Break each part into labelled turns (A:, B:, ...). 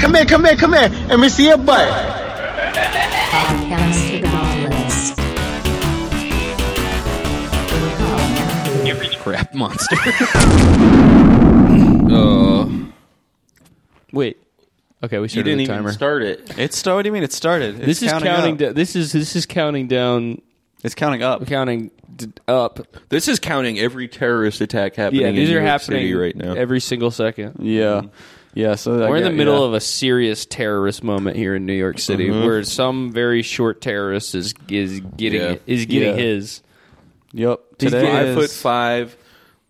A: here, come here, come here. Let me see your butt.
B: Podcast for the Ballless.
C: You reach crap monster.
D: Wait. Okay, we
E: You
D: started
E: didn't
D: the
E: even
D: timer.
E: start it.
C: It's st- what do you mean? It started.
D: this is counting.
C: up.
D: da- this is this is counting down.
C: it's counting up.
D: Counting d- up.
E: This is counting every terrorist attack happening.
D: Yeah, these
E: in
D: are
E: New York
D: happening
E: City right now.
D: every single second. Mm-hmm.
C: Yeah, yeah. So
D: We're in the middle of a serious terrorist moment here in New York City, where some very short terrorist is is getting
E: Yeah.
D: is getting
C: Yeah.
D: his.
C: Yep.
E: He's
C: Today
E: five
C: is,
E: foot five,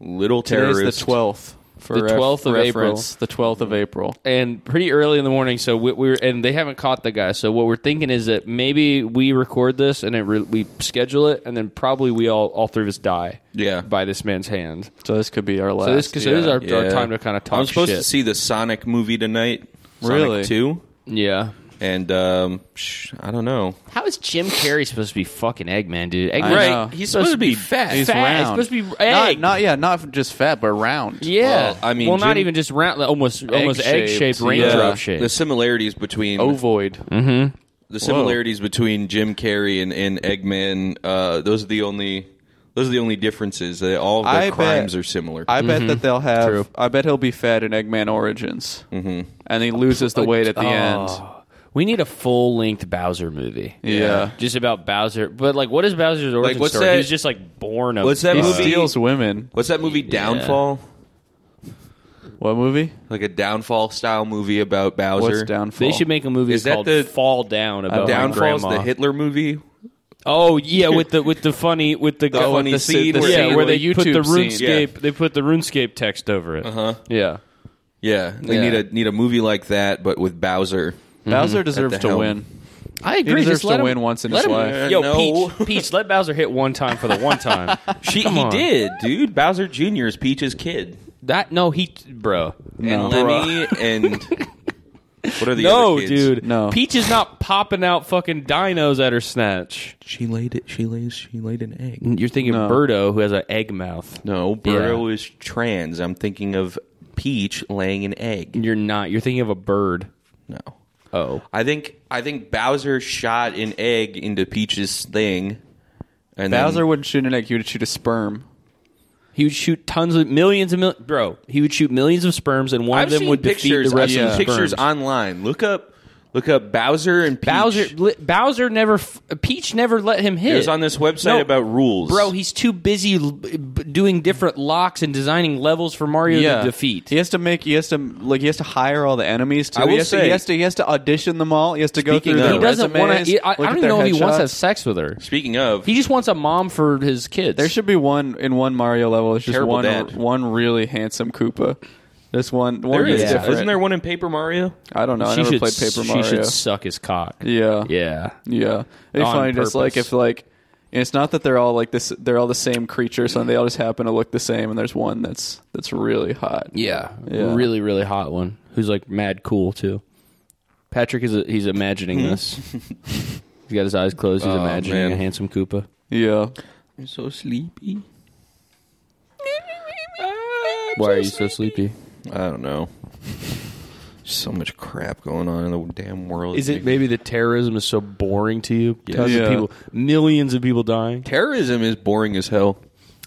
E: little
C: Today is
E: terrorist.
C: the twelfth.
D: The 12th of April.
C: The twelfth of April.
D: Mm-hmm. and pretty early in the morning. So we, we're and they haven't caught the guy. So what we're thinking is that maybe we record this and it re, we schedule it, and then probably we all all three of us die.
E: Yeah.
D: by this man's hand.
C: So this could be our last.
D: So this, so this is our,
E: Yeah.
D: our time to kind of talk.
E: I'm supposed
D: shit.
E: to see the Sonic movie tonight.
C: Really?
E: Sonic Two,
D: Yeah.
E: and um, psh, I don't know.
D: How is Jim Carrey supposed to be fucking Eggman, dude? Eggman,
C: Right. know.
E: He's supposed, to be fat.
C: He's
D: Fat.
C: round.
D: It's supposed to be
C: Not,
D: egg.
C: not yeah, not just fat, but round.
D: Yeah,
E: Well, I mean,
D: well, not
E: Jim-
D: even just round, almost almost egg
C: Egg-shaped.
D: shaped
C: Yeah.
D: raindrop shape.
E: The similarities between
C: Ovoid.
E: the similarities between Jim Carrey and, and Eggman. Uh, those are the only those are the only differences. They, all of
C: I
E: their
C: bet-
E: crimes are similar.
C: I bet that they'll have.
D: True.
C: I bet he'll be fat in Eggman Origins, mm-hmm. and he loses the weight at the end.
D: Oh. We need a full length Bowser movie.
C: Yeah.
D: Just about Bowser. But like what is Bowser's origin
E: what's
D: story?
E: that-
D: He was just like born of
E: what's that
C: He
E: Uh, movie?
C: steals women.
E: What's that movie? Downfall,
C: What movie?
E: like a downfall style movie about Bowser.
C: What's downfall?
D: They should make a movie
E: Is that
D: called
E: the-
D: Fall Down
E: Oh,
D: about my
E: Downfall's
D: grandma.
E: the Hitler movie.
D: Oh yeah, with the with the funny with the, guy-
E: funny
D: with the
E: scene, Oh, the
D: yeah,
E: scene
D: where
C: with
D: they
C: the
D: put the
C: YouTube scene.
D: RuneScape they put the RuneScape text over it. Uh-huh. Yeah.
E: Yeah, they
D: Yeah.
E: need a need a movie like that, but with Bowser.
C: Bowser deserves
E: At the
C: to
E: helm.
C: win.
D: I
C: He
D: agree.
C: deserves
D: Just let
C: to
D: him-
C: win once in
D: let
C: his
D: him-
C: life.
D: Yo,
E: No.
D: Peach, Peach, let Bowser hit one time for the one time.
E: She
D: Come
E: he
D: on.
E: did, dude. Bowser Jr. is Peach's kid,
D: that no, he bro.
E: and Lenny, and what are the
D: No,
E: other kids?
D: dude.
C: No.
D: Peach is not popping out fucking dinos at her snatch.
E: She laid it. She lays. She laid an egg.
D: You're thinking
C: No.
D: Birdo, who has an egg mouth.
E: No, Birdo is trans. I'm thinking of Peach laying an egg.
D: You're not. You're thinking of a bird.
E: No,
D: Oh.
E: I think I think Bowser shot an egg into Peach's thing, and then-
C: Bowser wouldn't shoot an egg; he would shoot a sperm.
D: He would shoot tons of millions of mil- bro. He would shoot millions of sperms, and one
E: I've
D: of them
E: seen
D: would defeat
E: pictures.
D: the rest
E: I've
D: of the
E: seen pictures
D: sperms.
E: online. Look up, look up Bowser and Peach.
D: Bowser, li- Bowser never, f- Peach never let him hit.
E: It was on this website
D: No,
E: about rules,
D: bro. He's too busy l- b- doing different locks and designing levels for Mario
C: Yeah,
D: to defeat.
C: He has to make. He has to like. He has to hire all the enemies. Too.
E: I will
C: he, has to,
E: say-
C: he has to. He has to audition them all. He has to go
E: Speaking
C: through.
E: of-
C: their
D: He doesn't want
C: resumes,
D: to. I, I
C: look at
D: don't even
C: their
D: know if he wants
C: headshots.
D: to have sex with her.
E: Speaking of,
D: He just wants a mom for his kids.
C: There should be one in one Mario level. It's just
E: Terrible
C: one
E: dad.
C: one really handsome Koopa. This one one
E: There is.
C: is different.
E: Isn't there one in Paper Mario?
C: I don't know. I
D: she
C: never
D: should,
C: played Paper
D: she
C: Mario.
D: should suck his cock.
C: yeah,
D: Yeah.
C: yeah. It'd be
D: On
C: funny just like
D: purpose.
C: if like and it's not that they're all like this. They're all the same creature, so they all just happen to look the same. And there's one that's that's really hot.
D: Yeah.
C: Yeah.
D: Really, really hot one who's like mad cool too. Patrick is a, he's imagining
C: Hmm.
D: this. he's got his eyes closed.
C: Oh,
D: He's imagining
E: man.
D: a handsome Koopa.
C: Yeah.
E: I'm so sleepy.
D: Why are you so sleepy?
E: I don't know. So much crap going on in the damn world.
D: Is it maybe the terrorism is so boring to you? Tons
C: Yeah.
D: of people, millions of people dying.
E: terrorism is boring as hell?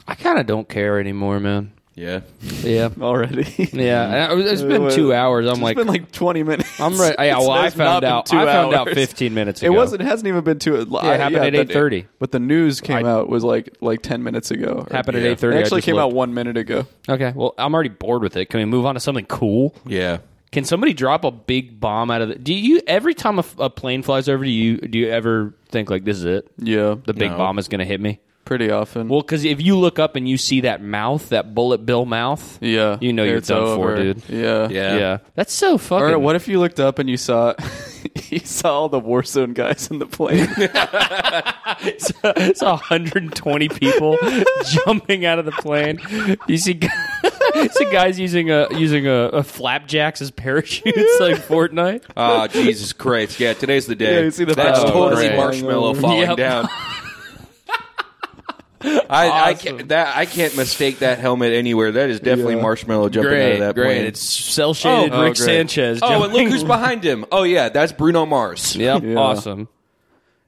D: I kind of don't care anymore, man.
E: Yeah.
D: Yeah.
C: Already.
D: Yeah, and I- it's been two hours. I'm
C: It's
D: like,
C: been like 20 minutes.
D: I'm right. Yeah,
C: It's-
D: well, I
C: it's not
D: found
C: been
D: out.
C: two
D: I found out
C: hours.
D: 15 minutes
C: It
D: ago.
C: wasn't. It hasn't even been two. I-
D: it happened
C: yeah,
D: at
C: but
D: 8:30.
C: But the news came
D: I-
C: out was like like 10 minutes ago. Or-
D: Happened at
C: Yeah.
D: 8:30,
C: It
D: I
C: actually
D: just
C: came out
D: looked.
C: one minute ago.
D: Okay. Well, I'm already bored with it. Can we move on to something cool?
E: Yeah.
D: Can somebody drop a big bomb out of the? Do you every time a, a plane flies over, do you do you ever think like this is it?
C: Yeah,
D: The big
E: No.
D: bomb is going to hit me.
C: pretty often.
D: Well, because if you look up and you see that mouth, that bullet bill mouth,
C: yeah,
D: you know you're
C: It's
D: done for,
C: over.
D: dude.
C: Yeah,
E: Yeah.
D: yeah, that's so fucking.
C: Or what if you looked up and you saw you saw all the Warzone guys in the plane?
D: it's 120 people jumping out of the plane. You see, gu- you see guys using a using a, a flapjacks as parachutes like Fortnite.
E: Ah, Jesus Christ. Yeah, today's the day.
C: Yeah, you see the
E: That's
C: bad
E: totally
C: guys
E: marshmallow
C: falling
E: falling
D: Yep.
E: down. I, I can't, that I can't mistake that helmet anywhere. That is definitely Marshmallow jumping out of that
D: great.
E: plane.
D: It's cell shaded
E: Oh,
D: Rick
E: great.
D: Sanchez.
E: Oh, and
D: jumping-
E: look who's behind him. Oh yeah, that's Bruno Mars.
D: Yep,
C: Yeah.
D: awesome.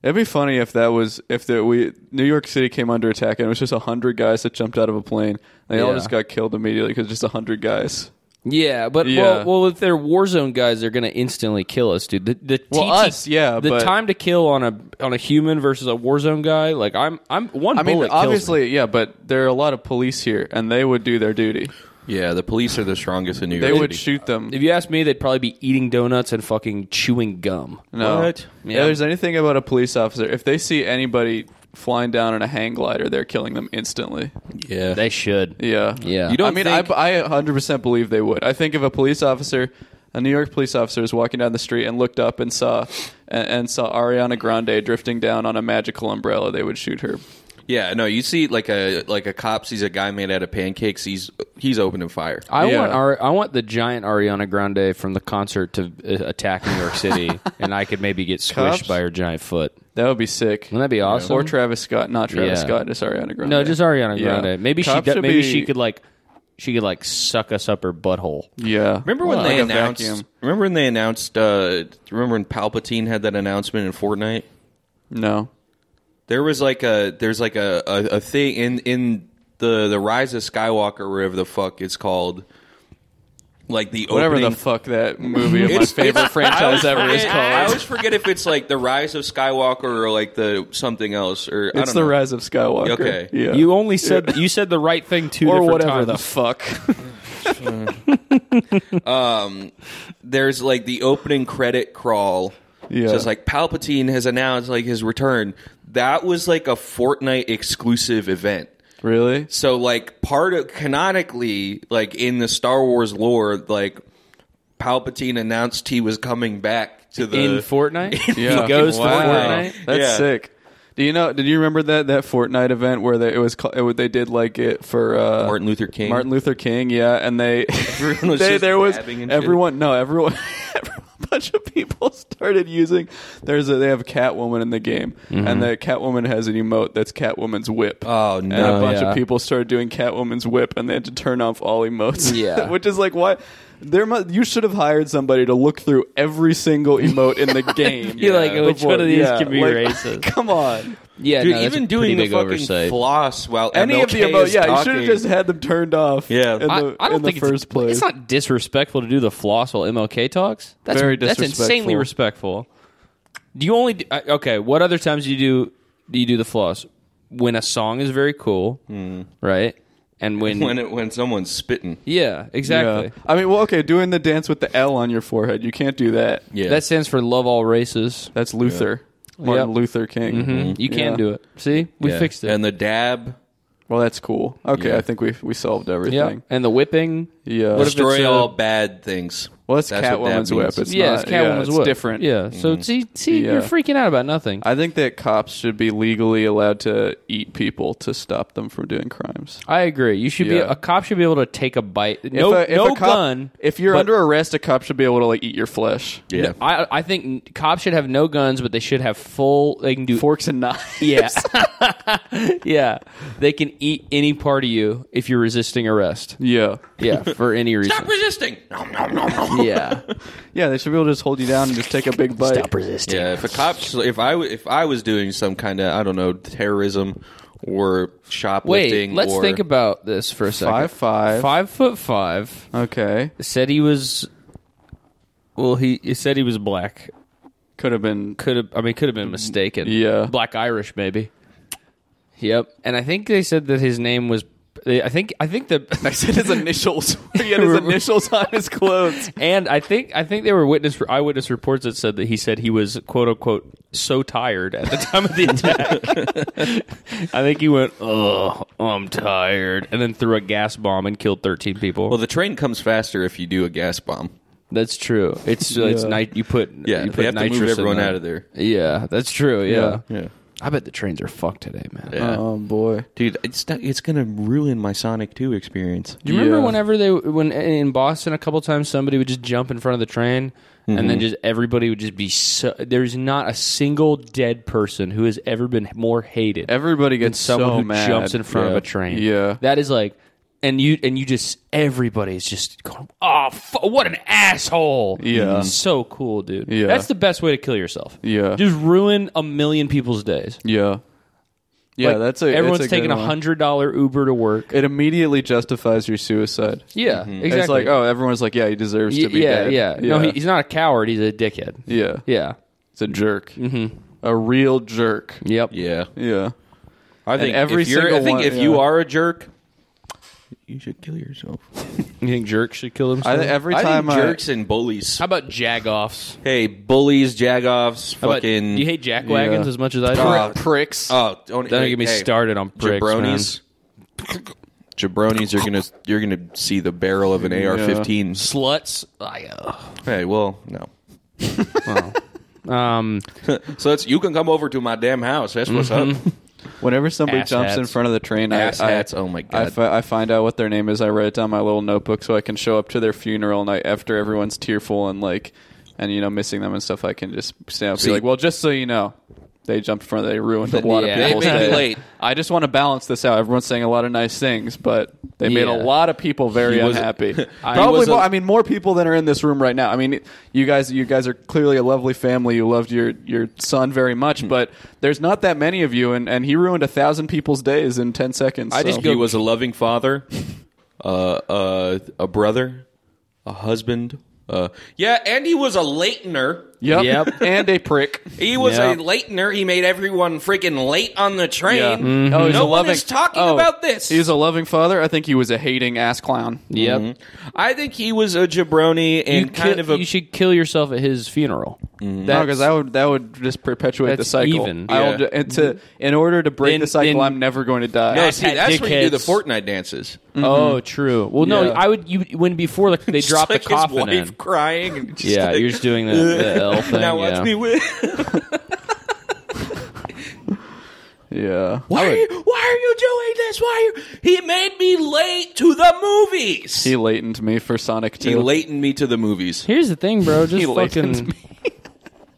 C: It'd be funny if that was if the, we New York City came under attack and it was just hundred guys that jumped out of a plane. They all
D: Yeah.
C: just got killed immediately because just hundred guys.
D: Yeah, but
C: Yeah.
D: Well, well, if they're war zone guys, they're going to instantly kill us, dude. The, the
C: Well,
D: TT
C: us, yeah,
D: The
C: but-
D: time to kill on a on a human versus a war zone guy, like I'm, I'm one.
C: I mean,
D: bullet kills me.
C: obviously, yeah, but there are a lot of police here, and they would do their duty.
E: Yeah, the police are the strongest in New York.
C: They would
E: City.
C: shoot them.
D: If you ask me, they'd probably be eating donuts and fucking chewing gum.
C: No.
E: What?
D: Yeah.
C: If there's anything about a police officer, if they see anybody flying down in a hang glider, they're killing them instantly.
E: Yeah,
D: They should.
C: Yeah.
D: Yeah.
E: You don't
C: I mean,
E: think-
C: I, I 100% believe they would. I think if a police officer, a New York police officer, was walking down the street and looked up and saw and, and saw Ariana Grande drifting down on a magical umbrella, they would shoot her.
E: yeah. No, you see, like a like a cop sees a guy made out of pancakes. He's he's opening fire.
D: I
C: Yeah.
D: want our, I want the giant Ariana Grande from the concert to uh, attack New York City, and I could maybe get squished
C: Cops?
D: by her giant foot.
C: That would be sick.
D: Wouldn't that be awesome?
C: Or Travis Scott, not Travis
D: Yeah.
C: Scott, just Ariana Grande.
D: No, just Ariana
C: Yeah.
D: Grande. Maybe
C: Cops
D: she
C: should
D: do- maybe
C: be-
D: she could like she could like suck us up her butthole.
C: Yeah.
E: Remember when
C: Like
E: they
C: a
E: announced?
C: vacuum.
E: Remember when they announced? Uh, remember when Palpatine had that announcement in Fortnite?
C: No.
E: There was like a there's like a, a, a thing in in the the Rise of Skywalker, whatever the fuck it's called. Like the
C: Whatever
E: opening,
C: the fuck that movie of my favorite franchise ever is
E: I, I
C: called.
E: always forget if it's like the Rise of Skywalker or like the something else or I
C: It's
E: don't
C: the
E: know.
C: Rise of Skywalker.
E: Okay.
C: Yeah.
D: You only said you said the right thing two
C: or
D: different
C: whatever
D: times.
C: the fuck.
E: There's like the opening credit crawl.
C: Yeah.
E: So it's like Palpatine has announced like his return. That was like a Fortnite exclusive event.
C: really?
E: So like part of canonically, like in the Star Wars lore, like Palpatine announced he was coming back to the
D: in Fortnite,
C: Yeah.
D: he goes
C: Wow.
D: to Fortnite.
C: That's
E: Yeah.
C: sick. Do you know? Did you remember that that Fortnite event where they, it was ca- it, was- they did like it for uh,
E: Martin Luther King.
C: Martin Luther King, yeah, and they,
E: Everyone was
C: they-
E: just
C: there was
E: dabbing and shit.
C: everyone no everyone, everyone a bunch of people started using there's a, they have Catwoman in the game and the Catwoman has an emote that's Catwoman's whip
E: Mm-hmm. Oh,
C: and uh,
E: no,
C: a bunch
D: yeah.
C: of people started doing Catwoman's whip and they had to turn off all emotes
D: Yeah.
C: which is like why there mu you should have hired somebody to look through every single emote in the game
D: You're like, oh, which
C: before-
D: one of these
C: yeah,
D: can be
C: like,
D: racist?
C: come on
D: Yeah,
E: Dude,
D: no, that's
E: even
D: a pretty
E: doing the
D: big
E: fucking
D: oversight.
E: floss while
C: any
E: MLK
C: of the emotes
E: is
C: Oh, yeah you
E: talking.
C: should have just had them turned off
E: Yeah.
C: in the,
E: I-
D: I, I don't
C: in the
D: think
C: first
D: it's,
C: place
D: It's not disrespectful to do the floss while MLK talks. That's
C: Very
D: That's insanely
C: disrespectful.
D: respectful. Do you only do, I- okay? What other times do you do do you do the floss? When a song is very cool,
C: Hmm.
D: right? And when,
E: when it, when someone's spitting.
D: yeah, exactly.
C: Yeah. I mean, well, okay, doing the dance with the L on your forehead, you can't do that.
E: Yeah,
D: That stands for love all races.
C: That's Luther. Martin
D: Yep.
C: Luther King.
D: You can
C: Yeah.
D: do it. See, we
E: Yeah.
D: fixed it.
E: And the dab,
C: Well, that's cool. Okay,
E: Yeah.
C: I think we we solved
D: yeah,
C: everything.
D: and the whipping.
C: Yeah.
D: What if it's
E: destroy
D: a-
E: all bad things.
C: Well, that's,
E: That's what dab
C: Catwoman's whip.
E: means.
C: It's
D: yeah,
C: not,
D: it's
C: yeah,
D: Catwoman's
C: it's
D: whip.
C: different. Mm-hmm.
D: Yeah, so see, see,
C: Yeah.
D: you're freaking out about nothing. I,
C: I think that cops should be legally allowed to eat people to stop them from doing crimes.
D: agree. You should be
C: Yeah.
D: a cop should be able to take a bite. No, no
C: cop-
D: gun.
C: If you're
D: but-
C: under arrest, a cop should be able to like eat your flesh.
E: Yeah,
D: I, I think n- cops should have no guns, but they should have full. They can do.
C: Forks and knives.
D: yeah, yeah. They can eat any part of you if you're resisting arrest.
C: Yeah.
D: Yeah, for any reason.
E: stop resisting.
D: yeah,
C: Yeah, they should be able to just hold you down and just take a big bite.
E: Yeah, if a cop, if I w- if I was doing some kind of I don't know terrorism or
D: Wait,
E: shoplifting.
D: let's
E: or,
D: think about this for a second.
C: Five five.
D: Five foot five.
C: Okay.
D: Said he was. Well, he, he said he was black.
C: Could have been
D: Could have. I mean, could have been mistaken.
C: Yeah.
D: black Irish maybe. Yep, and I think they said that his name was. I think. I think the.
C: I said his initials. he had his initials on his clothes.
D: And I think I think there were witness eyewitness reports that said that he said he was quote unquote so tired at the time of the attack. I think he went, "Oh, I'm tired," and then threw a gas bomb and killed 13 people.
E: Well, the train comes faster if you do a gas bomb.
D: that's true. It's uh, it's night you put
E: Yeah,
D: you
E: they
D: put
E: have to move
D: nitrous in
E: everyone
D: there.
E: out of there.
D: Yeah, that's true. Yeah.
E: Yeah,
D: I bet the trains are fucked today, man.
E: yeah.
C: Oh boy.
E: dude, it's not, it's gonna ruin my Sonic Two experience.
D: Do you remember
C: Yeah.
D: whenever they when in Boston a couple times somebody would just jump in front of the train and then just everybody would just be so. There's not a single dead person who has ever been more hated.
C: Everybody
D: than
C: gets
D: someone
C: so
D: who
C: mad.
D: jumps in front
C: Yeah.
D: of a train.
C: Yeah.
D: that is like, and you and you just everybody's just going, oh, fu what an asshole. Mm-hmm.
C: Yeah.
D: so cool, dude.
C: Yeah.
D: that's the best way to kill yourself.
C: Yeah.
D: just ruin a million people's days.
C: yeah. Yeah,
D: Like,
C: that's a that's
D: everyone's
C: a good
D: taking a
C: one.
D: hundred dollar Uber to work.
C: It immediately justifies your suicide.
D: Yeah, exactly.
C: It's like, oh, everyone's like, yeah, he deserves
D: Y-
C: to be
D: yeah,
C: dead.
D: yeah, No, he, he's not a coward. He's a dickhead.
C: yeah,
D: Yeah.
C: It's a jerk. Mm-hmm. A real jerk.
D: Yep.
E: Yeah,
C: Yeah.
E: I think
C: every
E: if you're, I
C: single
E: think
C: one-
E: if you
C: yeah.
E: are a jerk, you should kill yourself.
D: You think jerks should kill
C: I
D: themselves?
C: think every
E: I
C: time
E: think
C: I,
E: jerks and bullies.
D: How about jagoffs?
E: Hey, bullies, jagoffs,
D: How about-
E: fucking.
D: you hate jack wagons
C: Yeah.
D: as much as I do.
E: Uh,
C: pricks.
E: oh, don't,
D: Don't
E: hey,
D: get me
E: hey,
D: started on pricks,
E: jabronis. Jabronis, you're gonna you're gonna see the barrel of an AR-15.
D: Sluts. I, ugh.
E: Hey, well, no.
D: Um,
E: So that's you can come over to my damn house. That's what's up.
C: Whenever somebody
D: Ass
C: jumps in
D: hats.
C: front of the train, I,
E: Ass
C: I-
E: hats, oh my God.
C: I, fi- I find out what their name is. I write it down in my little notebook so I can show up to their funeral and I, after everyone's tearful and like, and you know, missing them and stuff, I can just stand up and
E: See-
C: be like, well, just so you know, they jumped in front. of- They ruined a lot
D: Yeah.
C: of
D: They
C: people's
E: made me
C: day.
E: late.
C: I just want to balance this out. Everyone's saying a lot of nice things, but they made
D: Yeah.
C: a lot of people very
E: was-
C: unhappy.
D: I- He
C: Probably,
D: was a-
C: more, I mean, more people than are in this room right now. I mean, you guys, you guys are clearly a lovely family. You loved your your son very much, but there's not that many of you, and, and he ruined a thousand people's days in ten seconds.
D: I just
C: so.
D: go-
E: he was a loving father, uh, uh, a brother, a husband. Uh, yeah, and he was a latener.
C: Yep.
D: Yep.
C: and a prick.
E: He was
D: Yeah.
E: a latener. He made everyone freaking late on the train.
C: Yeah.
E: Mm-hmm. no
C: Oh, he's a
E: one
C: loving.
E: is talking
C: oh,
E: about this.
C: He's a loving father. I think he was a hating ass clown.
D: yep.
E: I think he was a jabroni and
D: You,
E: kind
D: kill-
E: of a
D: Mm-hmm. you should kill yourself at his funeral.
C: No, because that would that would just perpetuate the
D: That's
C: cycle.
D: even.
C: I will
E: Yeah.
C: ju- and to in order to break
D: Then-
C: the cycle,
D: then-
C: I'm never going to die.
E: No,
D: Ass
E: see,
D: hat
E: that's where you do the
D: dickheads.
E: Fortnite dances.
D: Oh, true. Well, no,
C: Yeah.
D: I would. You when before like, they
E: Just
D: drop
E: like
D: the coffin
E: his wife
D: in.
E: crying. And just
D: Yeah,
E: like,
D: you're just doing the, the L thing.
E: now watch
D: yeah.
E: me win.
C: Yeah.
E: Why? Are you, why are you doing this? Why? Are you, he made me late to the movies.
C: He latened me for Sonic 2.
E: He latened me to the movies.
D: Here's the thing, bro. Just
C: latents
D: fucking.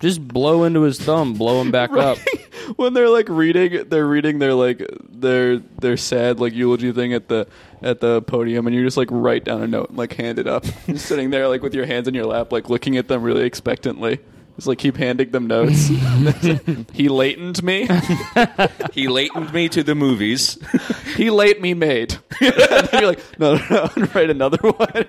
D: Just blow into his thumb, blow him back up.
C: when they're like reading they're reading their like their their sad like eulogy thing at the at the podium and you just like write down a note and like hand it up You're sitting there like with your hands in your lap like looking at them really expectantly just like keep handing them notes he latened me
E: He latened me to the movies.
C: he late me made And you're like no no no write another one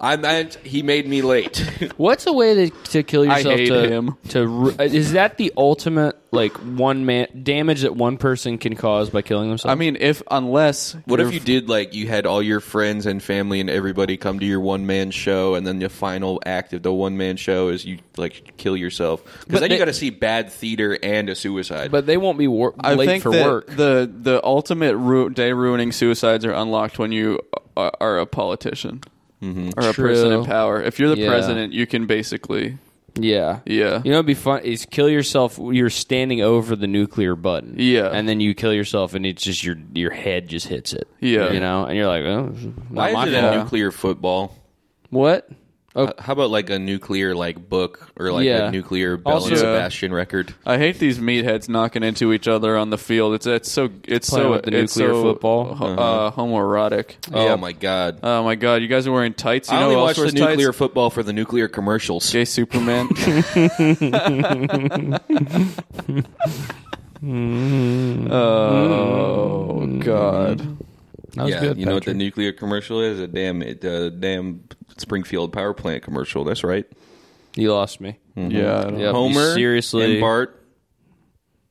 E: I meant he made me late.
D: What's a way to, to kill
C: I
D: yourself?
C: hate
D: to,
C: him.
D: to ru- is that the ultimate like one man damage that one person can cause by killing themselves?
C: I mean if unless
E: What
C: you're-
E: if you did like you had all your friends and family and everybody come to your one man show, and then the final act of the one man show is you like kill yourself because then
D: they-
E: you got to see bad theater and a suicide.
D: but they won't be wor-
C: I
D: late
C: think
D: for
C: that
D: work.
C: the the ultimate ru- day ruining suicides are unlocked when you are, are a politician
E: Mm-hmm.
C: or a
D: True.
C: person in power. If you're the
D: Yeah.
C: president, you can basically
D: yeah,
C: Yeah.
D: You know, it'd be fun is kill yourself. You're standing over the nuclear button.
C: Yeah.
D: and then you kill yourself, and it's just your your head just hits it.
C: Yeah.
D: you know, and you're like, oh,
E: Why
D: not my
E: is it
D: fault.
E: a nuclear football?
D: what? Oh,
E: How about like a nuclear like book or like
D: Yeah.
E: a nuclear Bell
D: Also-
E: and Sebastian record?
C: I hate these meatheads knocking into each other on the field. It's it's so it's
D: Playing
C: so
D: with the
C: it's
D: nuclear
C: so,
D: football.
C: ho- uh,
E: Uh-huh.
C: homoerotic.
E: Oh my god!
C: Oh my god, you guys are wearing tights. You
E: I
C: know
E: only
C: who
E: watch
C: else
E: the
C: wears
E: nuclear
C: tights?
E: football for the nuclear commercials.
C: Gay Superman. oh god.
D: that was
E: yeah,
D: good.
E: you know what the nuclear commercial is? A damn, it, uh, damn Springfield power plant commercial. That's right.
D: you lost me.
E: Mm-hmm.
C: Yeah. I don't-
D: Yep, you
E: Homer,
D: seriously,
E: and Bart.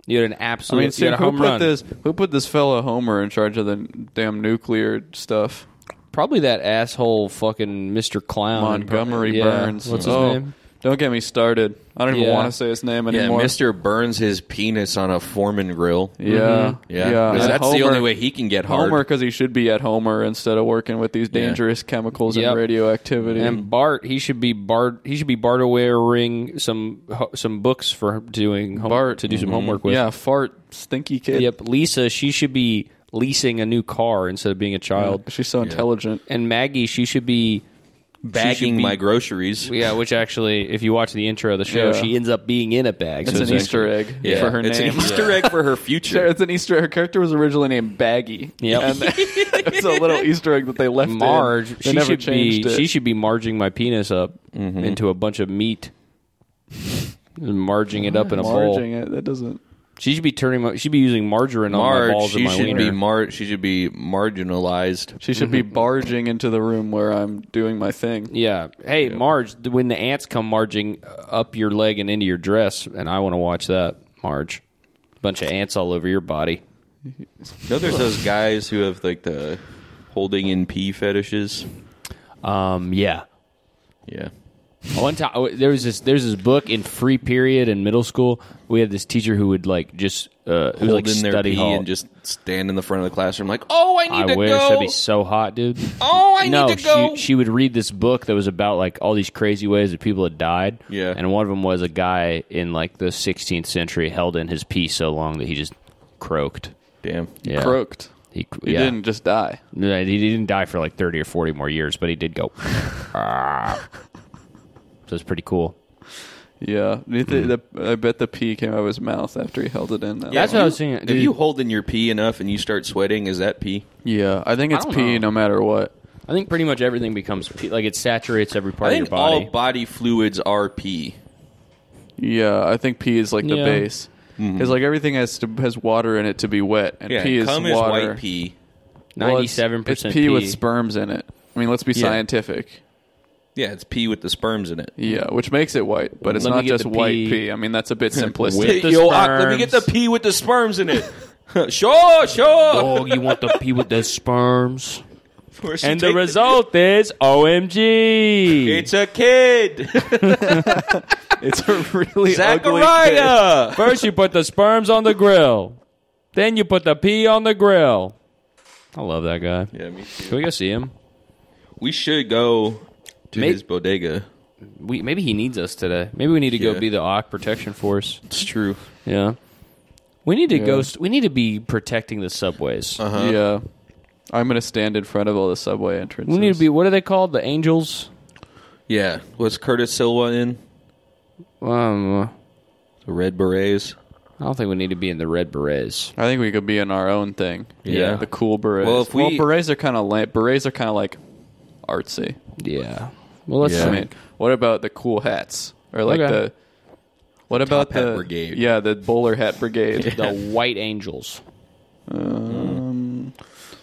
D: You had an
C: I
D: absolute.
C: mean, see,
D: you had a
C: who
D: home
C: put
D: run.
C: this? Who put this fella Homer in charge of the damn nuclear stuff?
D: Probably that asshole fucking Mr. Clown.
C: Montgomery
D: Uh, Yeah.
C: Burns.
D: What's his
C: Oh,
D: name?
C: Don't get me started. I don't even
D: Yeah.
C: want to say his name
E: Yeah,
C: anymore.
E: Mister burns his penis on a Foreman grill.
C: Yeah,
D: Mm-hmm.
E: Yeah, 'cause
C: And
E: that's the
C: Homer-
E: only way he can get hard.
C: Homer, because he should be at Homer instead of working with these dangerous chemicals
D: Yep.
C: and radioactivity.
D: And Bart, he should be Bart. He should be bartering some ho- some books for doing home, Bart to do some homework with.
C: Mm-hmm. yeah, fart, stinky kid.
D: Yep. Lisa, she should be leasing a new car instead of being a child.
C: She's so intelligent.
D: And Maggie, she should be
E: bagging
D: be-
E: my groceries.
D: Yeah, which actually, if you watch the the intro of the show,
C: Yeah.
D: she ends up being in a bag.
C: It's
D: so
C: an Easter egg
E: Yeah,
C: for her
E: it's
C: name.
E: an Easter egg for her future.
C: It's an Easter. Her character was originally named Baggy.
D: Yep.
C: and it's a little Easter egg that they left. in.
D: Marge,
C: They
D: she
C: never
D: should be
C: changed it. Mm-hmm.
D: she should be marging my penis up into a bunch of meat, marging it up in a bowl.
C: Marging it. That doesn't.
D: She should be turning. My, she should be using margarine on my
E: Marge,
D: balls and
E: she
D: my
E: should
D: wiener.
E: be mar- she should be marginalized.
C: She should be
D: Mm-hmm.
C: barging into the room where I'm doing my thing.
D: yeah. Hey, Marge, th- when the ants come marging up your leg and into your dress, and I want to watch that, Marge. Bunch of ants all over your body.
E: You know, there's those guys who have like the holding in pee fetishes.
D: Um, yeah.
E: Yeah,
D: One time oh, there was this there's this book in free period in middle school. We had this teacher who would like just uh, it was
E: hold
D: like
E: in their
D: study
E: pee
D: hall.
E: and just stand in the front of the classroom like, oh, I need
D: I
E: to
D: wish
E: go.
D: that'd be so hot, dude.
E: Oh, I
D: no,
E: need to go.
D: She, she would read this book that was about like all these crazy ways that people had died.
E: Yeah.
D: and one of them was a guy in like the 16th century held in his pee so long that he just croaked.
E: Damn.
D: Yeah,
C: Croaked.
D: He,
C: You
D: yeah.
C: didn't just die.
D: No, He didn't die for like 30 or 40 more years, but he did go. "Ah." so it's pretty cool.
C: Yeah. You thi- the- I bet the pee came out of his mouth after he held it in. That
D: Mm-hmm. That's
C: long.
D: what I was saying.
E: If
D: dude.
E: you hold in your pee enough and you start sweating, is that pee?
C: Yeah. I think it's
D: don't
C: pee
D: know.
C: no matter what.
D: I think pretty much everything becomes pe- like it saturates every part
E: I
D: of your
E: think
D: body.
E: all body fluids are pee.
C: Yeah. I think pee is like the
D: Yeah.
C: base. Because like everything has to has water in it to be wet, and
E: Yeah,
C: pee is
E: cum
C: water.
E: is white pee.
C: Well, it's-
D: Ninety-seven
C: it's
D: percent
C: pee with sperms in it. I mean, let's be
E: Yeah.
C: scientific.
E: Yeah, it's pee with the sperms in it.
C: Yeah, which makes it white, but it's
D: Let me
C: not
D: get
C: just
D: the
C: white
D: pee.
C: pee. I mean, that's a bit simplistic.
D: With the
E: Yo, Ock, let me get the
D: sperms.
E: pee with the sperms in it. sure, sure.
D: Dog, you want the pee with the sperms,
E: First you
D: and the
E: take
D: result is OMG.
E: It's a kid,
C: It's a really ugly.
E: Zachariah.
D: First, you put the sperms on the grill, then you put the pee on the grill. I love that guy.
E: yeah, me too.
D: Can we go see him?
E: We should go to
D: May-
E: his bodega.
D: We, maybe he needs us today. Maybe we need to
E: Yeah.
D: go be the Ock Protection Force.
E: It's true.
D: Yeah, we need to
C: Yeah.
D: go. St- we need to be protecting the subways.
C: Uh,
E: Uh-huh.
C: Yeah, I'm gonna stand in front of all the subway entrances.
D: we need to be. What are they called? The angels.
E: Yeah, was Curtis Silva in
D: Um,
E: the Red Berets?
D: I don't think we need to be in the red berets.
C: I think we could be in our own thing.
E: Yeah.
C: the cool berets.
E: Well, if we-
C: berets are kind of lame. Berets are kind of like artsy.
D: Yeah. Well, let's.
E: Yeah.
C: I mean, what about the cool hats or like
D: Okay.
C: the? What about
E: hat
C: the
E: brigade.
C: Yeah, the bowler hat brigade.
D: the White Angels.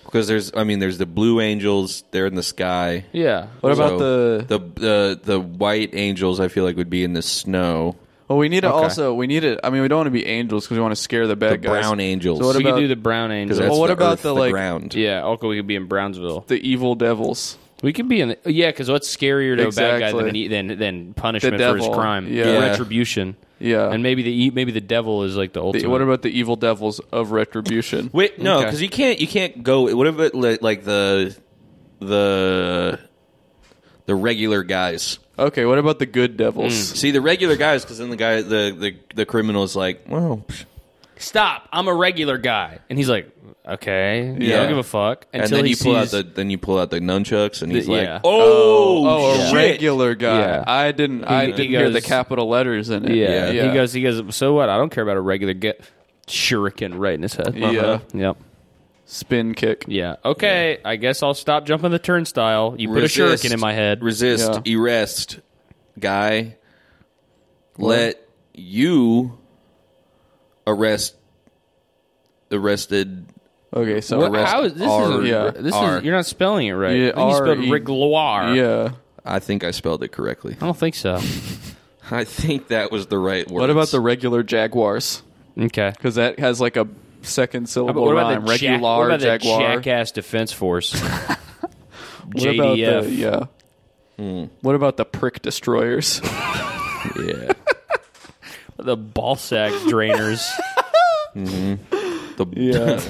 E: Because there's, I mean, there's the Blue Angels. They're in the sky.
D: Yeah.
C: What
E: So
C: about the?
E: the the the White Angels? I feel like would be in the snow.
C: Well, we need to also we need to. I mean, we don't want to be angels because we want to scare the bad
E: The
C: guys.
E: Brown Angels.
C: So what
D: we
C: about
D: could do the Brown Angels.
E: That's
C: Well, what
E: the
C: about
E: earth,
C: the, like-
E: ground?
D: yeah, okay, we could be in Brownsville.
C: the evil devils?
D: We could be in. The, yeah, because what's scarier to a bad guy than e,
C: Exactly.
D: than than punishment
C: The
D: for his
C: devil.
D: crime?
C: Yeah.
E: Yeah.
D: Retribution.
C: Yeah.
D: And maybe the e- maybe the devil is like the
C: The-
D: ultimate.
C: what about the evil devils of retribution?
E: Wait, no,
C: Okay.
E: because you can't you can't go. What about li- like the the the regular guys?
C: Okay, what about the good devils?
E: See the regular guys, because then the guy the the the criminal is like, well, psh,
D: stop? I'm a regular guy, and he's like, okay, yeah,
E: Yeah.
D: I don't give a fuck.
E: and
D: Until
E: then
D: he
E: you pull out
D: sees-
E: the then you pull out the nunchucks, and he's
D: The-
E: like,
D: yeah.
E: oh,
C: Oh, a
E: shit.
C: regular guy.
D: Yeah.
C: I didn't. I
D: He- he
C: didn't hear the
D: goes-
C: capital letters in it.
D: yeah.
E: Yeah.
D: He goes. He goes. So what? I don't care about a regular get shuriken right in his head.
C: Yeah.
D: Yep.
C: Spin kick.
D: Yeah. Okay. I guess I'll stop jumping the turnstile. You put a
E: Resist.
D: shuriken in my head.
E: resist,
C: Yeah.
E: arrest, guy. Let you arrest arrested.
C: Okay, so
D: What-
C: arrest-
D: how is this?
E: R-
D: isn't-
C: yeah,
D: this
E: R.
D: is you're not spelling it right.
C: Yeah,
D: I think you spelled
C: R E-
D: Rigloir.
C: Yeah.
E: I think I spelled it correctly.
D: I don't think so.
E: I think that was the right word.
C: What about the regular jaguars?
D: Okay.
C: Because that has like a
D: How
C: second
D: about-
C: syllable
D: what
C: rhyme.
D: about the jack-
C: regular
D: what about the
C: jaguar.
D: jackass defense force?
C: What about
D: JDF.
C: the yeah?
D: Hmm.
C: What about the prick destroyers?
E: yeah
D: The ball sack drainers.
E: the
C: Yeah,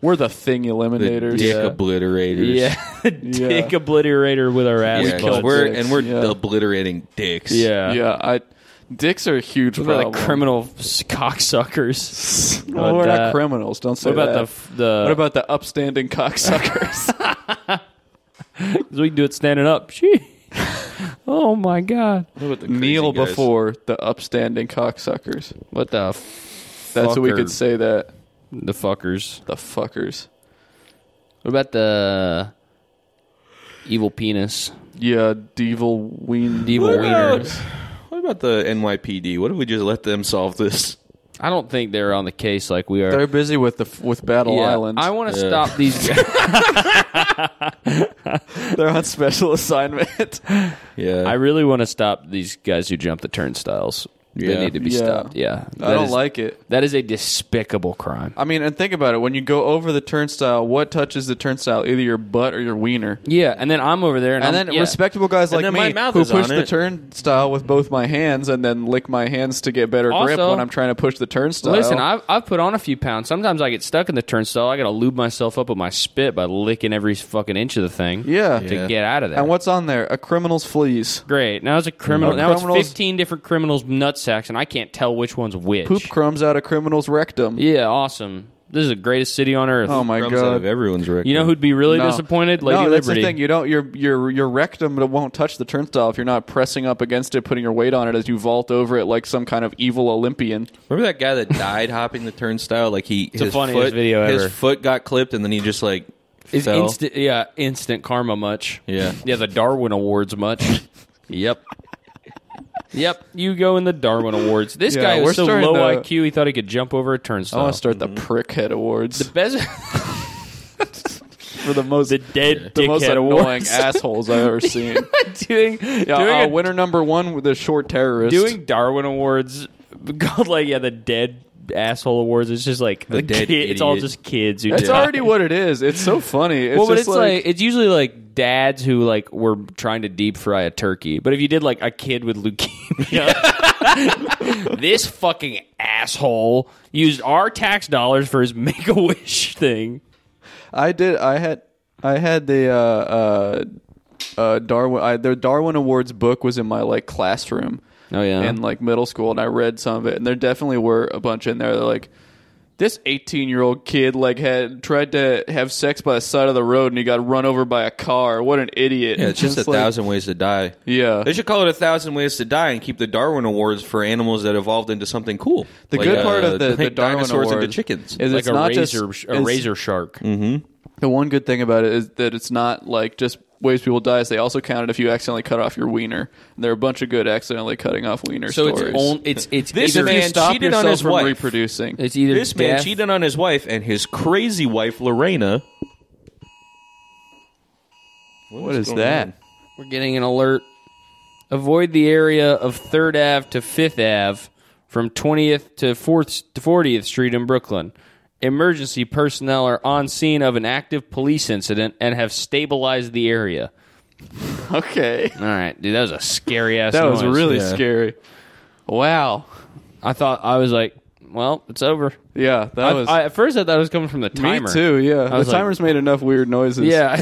C: we're the thing
E: the
C: eliminators.
E: dick obliterators?
D: yeah. Dick obliterator with our ass.
E: Yeah, 'cause
D: butts.
E: we're
C: dicks,
E: and we're
C: yeah.
E: obliterating dicks.
D: yeah.
C: yeah. Oh, I dicks are a huge
D: We're
C: problem.
D: like criminal s- cocksuckers.
C: Well,
D: about
C: we're
D: that?
C: not criminals. Don't say
D: What about
C: that.
D: the f- the?
C: what about the upstanding cocksuckers?
D: we can do it standing up? She. Oh my god!
E: Look at the crazy
C: kneel
E: guys.
C: before the upstanding cocksuckers.
D: What the f-
C: That's what we
D: Fucker.
C: could say that
D: the fuckers?
C: the fuckers.
D: What about the evil penis?
C: Yeah, devil ween.
D: The evil
E: What about,
D: wieners.
E: what about the NYPD? What if we just let them solve this?
D: I don't think they're on the case like we are.
C: They're busy with the f- with Battle
D: Yeah.
C: Island.
D: I want to stop these. guys.
C: They're on special assignment.
E: Yeah,
D: I really want to stop these guys who jump the turnstiles.
E: Yeah.
D: They need to be
C: Yeah.
D: stopped. Yeah,
C: I
D: That
C: don't
D: is-
C: like it.
D: That is a despicable crime.
C: I mean, and think about it. When you go over the turnstile, what touches the turnstile? Either your butt or your wiener.
D: Yeah, and then I'm over there, and,
C: And
D: I'm-
C: then
D: Um, yeah.
C: respectable guys
E: And
C: like
E: then
C: me
E: my mouth
C: who
E: is
C: push
E: on
C: the
E: it.
C: turnstile with both my hands and then lick my hands to get better grip
D: Also-
C: when I'm trying to push the turnstile.
D: Listen, I've, I've put on a few pounds. Sometimes I get stuck in the turnstile. I got to lube myself up with my spit by licking every fucking inch of the thing.
C: Yeah.
D: to
E: Yeah.
D: get out of there.
C: and what's on there? A criminal's fleas.
D: Great. Now it's a criminal.
C: A
D: now it's
C: criminal's-
D: fifteen different criminals' nutsacks, and I can't tell which one's which.
C: Poop crumbs out a criminal's rectum.
D: Yeah, awesome. This is the greatest city on earth.
C: Oh my
E: Crumbs out
C: god.
E: of everyone's rectum.
D: You know who'd be really
C: No.
D: disappointed? Lady
C: no, that's
D: Liberty.
C: the thing. You don't. Your your your rectum won't touch the turnstile if you're not pressing up against it, putting your weight on it as you vault over it like some kind of evil Olympian.
E: Remember that guy that died hopping the turnstile? Like he,
D: the
E: his
D: funniest
E: foot,
D: video ever.
E: His foot got clipped, and then he just like
D: Is
E: fell.
D: instant, yeah, instant karma much.
E: Yeah.
D: Yeah, the Darwin Awards much. yep. Yep, you go in the Darwin Awards. This
C: Yeah,
D: guy
C: we're
D: was so
C: starting
D: low
C: to-
D: IQ, he thought he could jump over
E: Oh,
D: a
C: Oh, I
D: turnstile.
C: want to start the
E: mm-hmm.
C: prickhead awards
D: Best-
C: for the most
D: the dead
C: the
D: dickhead
C: most annoying
D: awards.
C: assholes I've ever seen.
D: doing
C: Yeah,
D: doing,
C: uh,
D: a-
C: winner number one with the short terrorist.
D: doing Darwin Awards called like yeah the dead asshole awards. It's just like the,
E: dead
D: kid, it's all
E: idiot.
D: just kids. Who
C: That's
D: die.
C: already what it is. It's so funny. It's
D: well, but
C: just
D: it's like, it's usually like dads who like were trying to deep fry a turkey. But if you did like a kid with leukemia, this fucking asshole used our tax dollars for his Make a Wish thing.
C: I did. I had. I had the uh, uh, uh, Darwin. I, the Darwin Awards book was in my like classroom.
D: Oh, yeah.
C: In like middle school, and I read some of it, and there definitely were a bunch in there. That, like this eighteen-year-old kid like had tried to have sex by the side of the road, and he got run over by a car. What an idiot!
E: Yeah, it's just, a
C: like-
E: thousand ways to die.
C: Yeah.
E: They should call it a thousand ways to die and keep the Darwin Awards for animals that evolved into something cool.
C: The
E: Like,
C: good
E: uh,
C: part of the, the
E: like
C: Darwin
E: dinosaurs
C: Awards
E: into chickens.
C: is
D: Like
C: it's
D: a
C: not
D: razor,
C: just
D: a
C: it's-
D: razor shark.
C: The one good thing about it is that it's not like just ways people die. Is they also counted if you accidentally cut off your wiener. And there are a bunch of good accidentally cutting off wiener
D: So it's
C: stories.
D: on, it's it's
E: This
D: either
C: if you
E: man
C: stop
E: cheated on
C: yourself
E: his
C: from
E: wife.
C: reproducing.
D: it's either
E: This man
D: death-
E: cheated on his wife and his crazy wife Lorena.
C: what is
E: going
C: that?
E: on?
D: We're getting an alert. Avoid the area of Third Ave to Fifth Ave, from 20th to 4th to 40th Street in Brooklyn. Emergency personnel are on scene of an active police incident and have stabilized the area.
C: Okay,
D: All right, dude, that was a scary ass.
C: that was
D: noise.
C: really scary.
D: wow. I thought I was like, well, it's over.
C: Yeah, that
D: I,
C: was
D: I- at first, I thought it was coming from the
C: me
D: timer
C: too. Yeah, the
D: was like-
C: timer's made enough weird noises.
D: Yeah,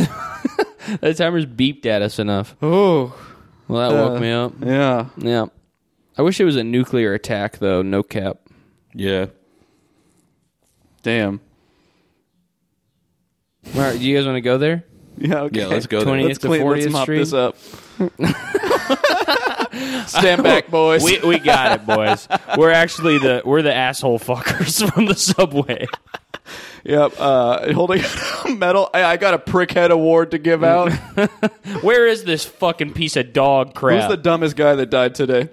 D: the timer's beeped at us enough.
C: Oh.
D: Well, that woke me up.
C: Yeah.
D: Yeah. I wish it was a nuclear attack, though. No cap.
E: Yeah.
C: Damn.
D: All right, do you guys want to go there?
C: Yeah. Okay.
E: Yeah, let's go. there.
D: 20
C: Let's
D: It's the
C: clean. Let's
D: 40th
C: mop
D: Street.
C: this up. Stand back, boys.
D: We, we got it, boys. We're actually the we're the asshole fuckers from the subway.
C: Yep. Uh, holding a medal. I, I got a prickhead award to give out.
D: Where is this fucking piece of dog
C: Who's
D: crap?
C: the dumbest guy that died today?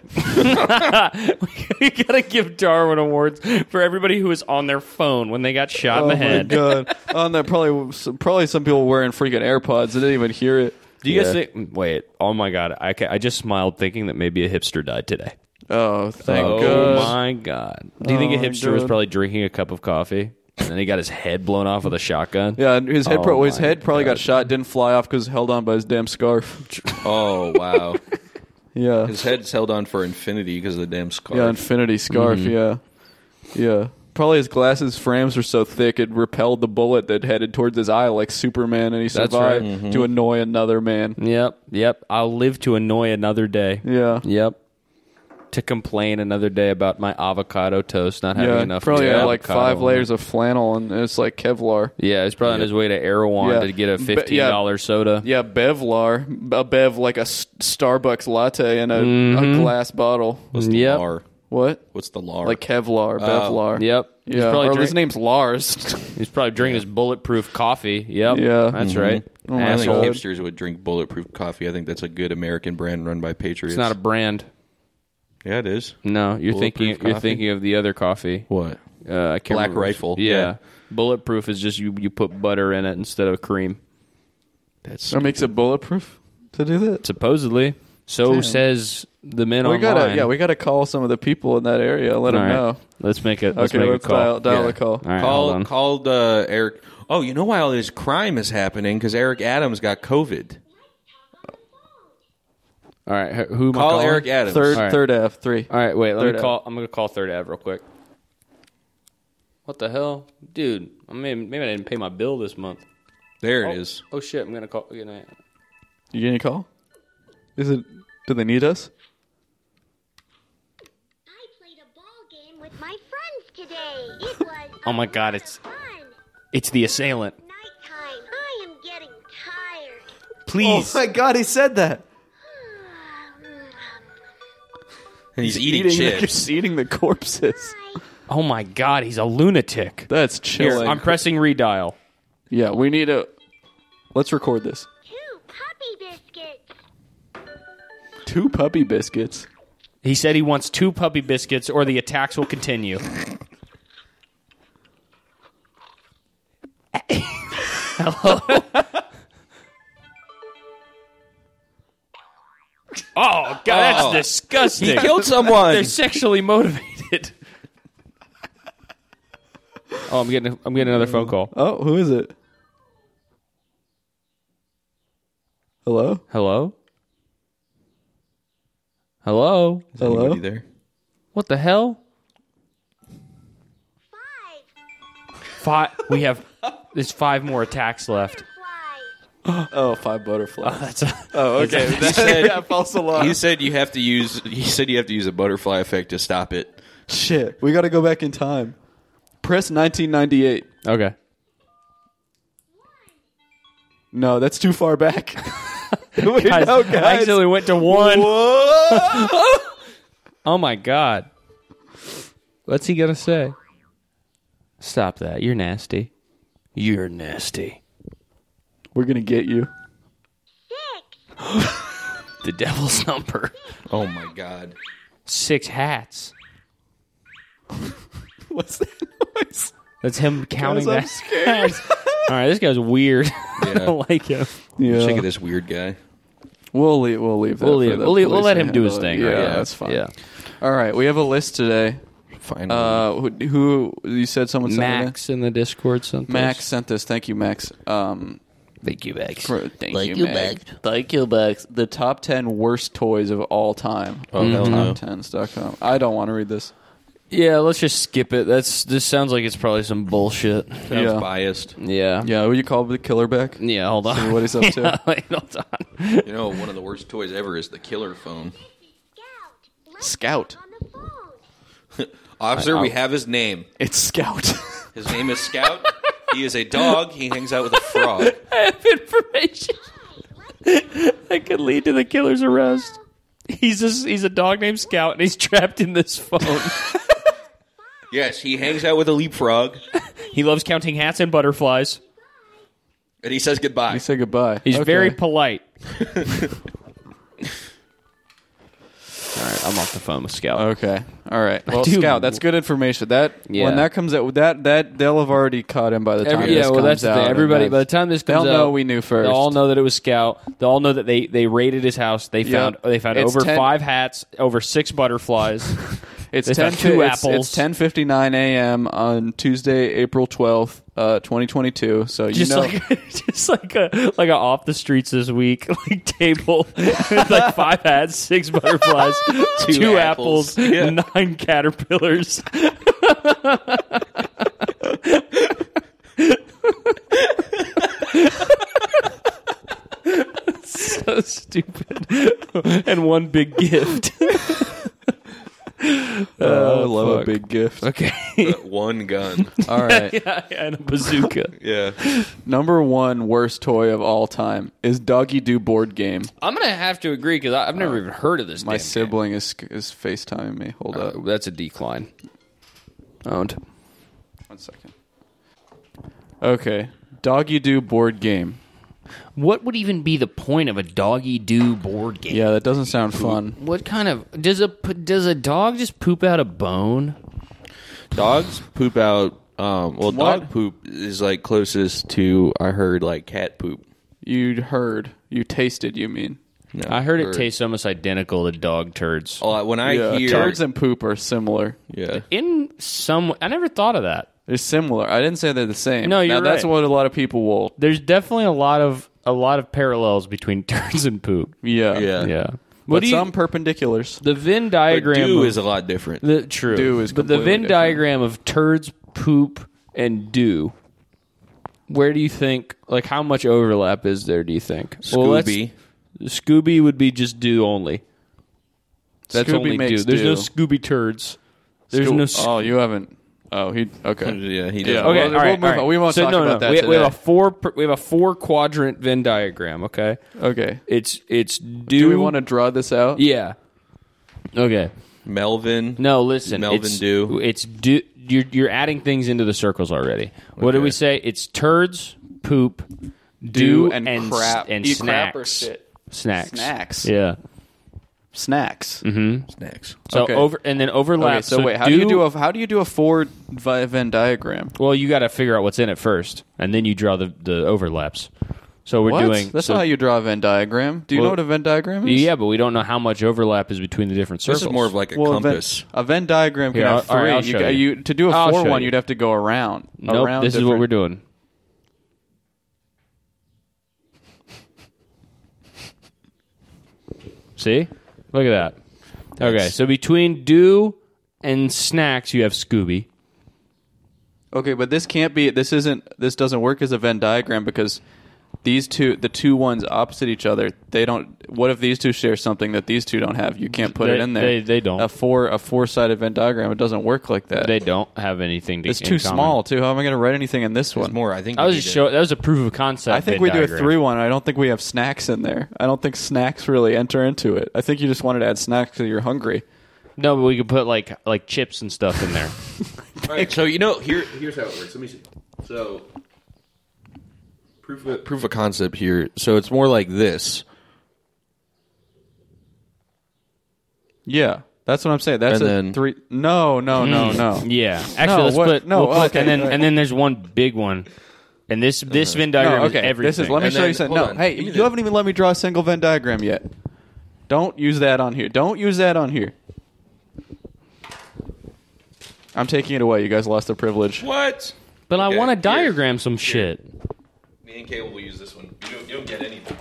D: we gotta give Darwin awards for everybody who was on their phone when they got shot in the head.
C: Oh god! On that, probably some- probably some people wearing freaking AirPods. They didn't even hear it.
D: Do you guys
E: Yeah.
D: think? Wait, oh my god! I ca- I just smiled thinking that maybe a hipster died today.
C: Oh, thank
D: Oh
C: God!
D: my god! Do you think
C: Oh
D: a
C: my
D: hipster was
C: God.
D: probably drinking a cup of coffee and then he got his head blown off with a shotgun?
C: Yeah, and his head, pro-
D: Oh
C: his
D: my
C: head probably got shot. Didn't fly off because held on by his damn scarf.
E: Oh wow.
C: Yeah,
E: his head's held on for infinity because of the damn scarf.
C: yeah, infinity scarf.
D: Mm-hmm.
C: Yeah, yeah. Probably his glasses frames were so thick it repelled the bullet that headed towards his eye like Superman, and he
D: That's
C: survived
D: right. Mm-hmm.
C: to annoy another man.
D: Yep, yep. I'll live to annoy another day.
C: Yeah,
D: Yep. to complain another day about my avocado toast not having
C: yeah,
D: enough.
C: probably had like
D: avocado
C: five
D: on it.
C: layers of flannel and it's like Kevlar.
D: Yeah, he's probably on his way to Erewhon
C: Yeah.
D: to get a
C: But, yeah.
D: fifteen dollar soda.
C: Yeah, Bevlar, a Bev like a S- Starbucks latte in a,
D: Mm-hmm.
C: a glass bottle.
D: Yep.
E: Lar.
C: What?
E: What's the lar?
C: Like Kevlar, Bevlar.
D: Yep. Oh, He's
C: Yeah.
D: probably
C: Or
D: drink-
C: his name's Lars.
D: He's probably drinking his bulletproof coffee. Yep.
C: Yeah. Mm-hmm. Oh,
D: That's right.
E: I think
D: Mm-hmm. Asshole. It's
E: hipsters would drink bulletproof coffee. I think that's a good American brand run by patriots.
D: not a brand.
E: yeah, it is.
D: No, you're thinking
E: Bulletproof
D: you're
E: coffee?
D: thinking of the other coffee.
E: What?
D: Uh, I can't
E: Black
D: remember.
E: Rifle,
D: Yeah.
E: yeah.
D: Bulletproof is just you, you put butter in it instead of cream.
E: That's
C: That makes it bulletproof to do that.
D: Supposedly. So says the men
C: We
D: online.
C: gotta, yeah, we gotta call some of the people in that area. and Let
D: All
C: them
D: right.
C: know.
D: Let's make it. Let's
C: Okay,
D: make
C: let's
D: a call.
C: dial- dial
D: yeah.
C: a call.
D: All right, hold
E: called
D: on.
E: called uh, Eric. Oh, you know why all this crime is happening? Because Eric Adams got COVID.
D: All right, who- who am I
E: Call
D: calling?
E: Eric Adams.
C: Third,
D: All right.
C: third F three.
D: All right, wait. Let
C: Third
D: me
C: Ave.
D: call. I'm gonna call Third Ave real quick. What the hell, dude? I mean, maybe I didn't pay my bill this month.
E: There it is.
D: Oh shit! I'm gonna call. You know,
C: You getting a call? Is it? Do they need us?
F: I played a ball game with my friends today. It was.
D: Oh my
F: a
D: God,
F: lot of
D: it's-
F: Fun.
D: it's the assailant.
F: Nighttime. I am getting tired.
D: Please,
C: Oh my God, he said that.
E: And he's, eating, chips.
C: He's eating the corpses.
D: oh my god, he's a lunatic.
C: That's chilling.
D: I'm pressing redial.
C: yeah, we need a. Let's record this.
F: Two puppy biscuits.
C: Two puppy biscuits.
D: He said he wants two puppy biscuits, or the attacks will continue. Hello. oh god,
E: Oh.
D: that's disgusting.
E: He killed someone.
D: They're sexually motivated. oh, I'm getting I'm getting another phone call.
C: Oh, who is it? Hello.
D: Hello? Hello?
C: Hello.
E: Anybody there?
D: What the hell?
F: Five
D: Five we have there's five more attacks left.
F: flies.
C: Oh, five butterflies.
D: That's a,
C: oh, okay.
E: He said,
C: false alarm.
E: he said you have to use. He said you have to use a butterfly effect to stop it.
C: Shit, we got to go back in time. Press 1998.
D: okay.
C: No, that's too far back. Wait,
D: Guys,
C: no,
D: I
C: guys.
D: accidentally went to one.
C: Whoa!
D: Oh my god. What's he gonna say? Stop that. You're nasty. You're nasty.
C: We're gonna get you.
F: Six.
D: The devil's number.
E: Oh my god!
D: Six hats.
C: What's that noise?
D: That's him counting
C: I'm
D: that.
C: scared.
D: All right, this guy's weird. I don't like him.
E: Look
C: Yeah,
E: at this weird guy.
C: we'll leave. We'll leave. That
D: We'll,
C: for
D: leave,
C: the
D: we'll, leave- we'll
C: police
D: let
C: to
D: him do his
C: handle it.
D: thing.
C: Yeah,
D: right?
C: that's fine.
D: Yeah.
C: All right, we have a list today.
E: Fine.
C: Uh, who, who you said someone sent it in?
D: Max in the Discord something.
C: Max sent this. Thank you, Max. Um,
D: Thank you, Max.
C: for- thank you, Max. Thank you, Max. The top ten worst toys of all time.
E: oh hell no!
C: Top10s.com. I don't want to read this.
D: Yeah, let's just skip it. That's this sounds like it's probably some bullshit.
E: I was
C: Yeah.
E: biased.
D: Yeah.
C: Yeah, will you call the killer back?
D: Yeah, hold on.
C: See what he's up to.
D: Yeah, wait, hold on.
E: You know, one of the worst toys ever is the killer phone.
F: This is Scout. Let's
C: Scout.
F: talk On the phone.
E: Officer, we have his name.
C: It's Scout.
E: His name is Scout. he is a dog. He hangs out with a frog.
D: I have information
F: Five. Let's
D: that could lead to the killer's arrest. He's a, he's a dog named Scout and he's trapped in this phone.
E: Yes, he hangs out with a leapfrog,
D: he loves counting hats and butterflies.
E: and he says goodbye.
C: you say goodbye.
D: He's
C: Okay.
D: very polite. All right, I'm off the phone with Scout.
C: Okay. All right. Well,
D: Dude.
C: Scout, that's good information. That
D: Yeah.
C: when that comes out, that that they'll have already caught him by the time.
D: Every-
C: this
D: yeah, well,
C: comes
D: that's the
C: out,
D: thing.
C: and
D: Everybody,
C: that's-
D: by the time this comes
C: they'll
D: out,
C: know we knew first.
D: They'll all know that it was Scout. They'll all know that they they raided his house. They found they found
C: It's
D: over
C: ten-
D: five hats, over six butterflies.
C: it's
D: they
C: ten
D: found two
C: it's-
D: apples.
C: It's ten fifty nine a.m. on Tuesday, April twelfth, uh, twenty twenty two. So you
D: just
C: know,
D: like just like a like a off the streets this week like table with like five hats, six butterflies, two,
E: apples.
D: apples,
E: Yeah.
D: nine caterpillars. so stupid. and one big gift.
C: I love
D: fuck.
C: a big gift.
D: Okay.
E: One gun.
C: All right.
D: yeah, and a bazooka.
E: Yeah.
C: Number one worst toy of all time is Doggy Do board game.
D: I'm gonna have to agree because I've never even heard of this.
C: My
D: damn
C: sibling is is FaceTiming me. Hold
D: game.
C: up.
D: Uh, that's a decline. Owned.
C: One second. Okay. Doggy Do board game.
D: What would even be the point of a doggy do board game?
C: Yeah, that doesn't sound fun.
D: What kind of does a p- does a dog just poop out a bone?
E: Dogs poop out. Um, well,
C: What?
E: dog poop is like closest to I heard like cat poop.
C: You heard. You tasted, you mean.
E: No,
D: I heard it
E: or-
D: tastes almost identical to dog turds.
E: Oh, when I
C: yeah.
E: hear
C: Turds and poop are similar.
E: yeah,
D: In some, I never thought of that.
C: They're similar. I didn't say they're the same.
D: No, you're
C: now, That's
D: right.
C: what a lot of people will.
D: There's definitely a lot of a lot of parallels between turds and poop.
C: Yeah.
E: Yeah.
D: Yeah.
C: But
D: What do you,
C: some perpendiculars.
D: the Venn
E: But
D: diagram
E: do
D: of-
E: is a lot different.
D: the true
C: Do is
D: but the
C: completely
D: Venn
C: different.
D: diagram of turds, poop, and do. Where do you think? Like, how much overlap is there? Do you think?
E: Scooby.
D: Well, let's- Scooby would be just do only. That's
C: Scooby
D: only
C: makes
D: do. There's no
C: do.
D: Scooby turds. There's no. Sc-
C: Oh, you haven't. Oh, he. Okay.
E: yeah, he does.
C: Yeah.
E: Yeah,
D: Okay,
C: Well,
D: all
C: we'll
D: right,
C: move
D: all right.
C: on. We won't
D: so
C: talk
D: no, no,
C: about that
D: We, we have
C: today.
D: a four. per- We have a four quadrant Venn diagram. Okay,
C: Okay.
D: it's it's do.
C: Do we want to draw this out?
D: Yeah. Okay.
E: Melvin.
D: No, listen.
E: Melvin
D: it's,
E: Dew.
D: It's do. You're you're adding things into the circles already. What do
E: Okay.
D: we say? It's turds, poop, do,
C: Do and
D: and s-
C: crap.
D: and
C: Eat
D: snacks.
C: crap or shit.
D: Snacks.
C: Snacks.
D: Yeah.
C: Snacks.
D: Mm-hmm.
E: Snacks.
D: So
C: Okay.
D: over and then overlap.
C: Okay, so, wait, how do, you do a how do you do a forward vi- Venn diagram?
D: Well, you got to figure out what's in it first, and then you draw the the overlaps. So we're
C: What?
D: doing.
C: That's
D: so-
C: not how you draw a Venn diagram. Do you
D: Well-
C: know what a Venn diagram is?
D: Yeah, but we don't know how much overlap is between the different circles.
E: This is more of like a
C: Well, a Venn,
E: compass.
C: a Venn diagram can
D: Here,
C: have
D: I'll- all right,
C: three.
D: I'll
C: you,
D: show
C: ca-
D: you.
C: you- to do a
D: I'll
C: four
D: show
C: one,
D: you.
C: you'd have to go around.
D: Nope,
C: around
D: this is what
C: different-
D: we're doing. See? Look at that. Okay, so between do and snacks, you have Scooby.
C: Okay, but this can't be. This isn't. This doesn't work as a Venn diagram because these two, the two ones opposite each other, they don't. What if these two share something that these two don't have? You can't put
D: They-
C: it in there.
D: they- they don't.
C: A four a four sided Venn diagram. It doesn't work like that.
D: They don't have anything to
C: it's
D: in
C: too
D: common.
C: small too. How am I going to write anything in this one?
E: It's more. I think.
D: I
E: we
D: was
E: need
D: just
E: to-
D: show. That was a proof of concept.
C: I think
D: Venn
C: we do a
D: diagram.
C: three one. I don't think we have snacks in there. I don't think snacks really enter into it. I think you just wanted to add snacks because you're hungry.
D: No, but we could put like like chips and stuff in there.
E: All right, so you know, here here's how it works. Let me see. So proof of, proof of concept here. So it's more like this.
C: Yeah, that's what I'm saying. That's
E: And
C: a
E: then-
C: three. No, no, no, no.
D: Hmm. yeah, actually,
C: No,
D: let's
C: what-
D: put
C: no,
D: we'll put-
C: okay,
D: and then
C: right.
D: and then there's one big one, and this this Venn diagram
C: No,
D: is everything.
C: This is, let me
E: And
C: show
E: then-
C: you something.
E: hold
C: No,
E: on.
C: hey,
E: Give me
C: you
E: the-
C: haven't even let me draw a single Venn diagram yet. Don't use that on here. Don't use that on here. I'm taking it away. You guys lost the privilege.
E: What?
D: But I
E: Okay,
D: want to
E: here.
D: diagram some shit.
E: Me and Kay will use this one. You don't, you don't get anything.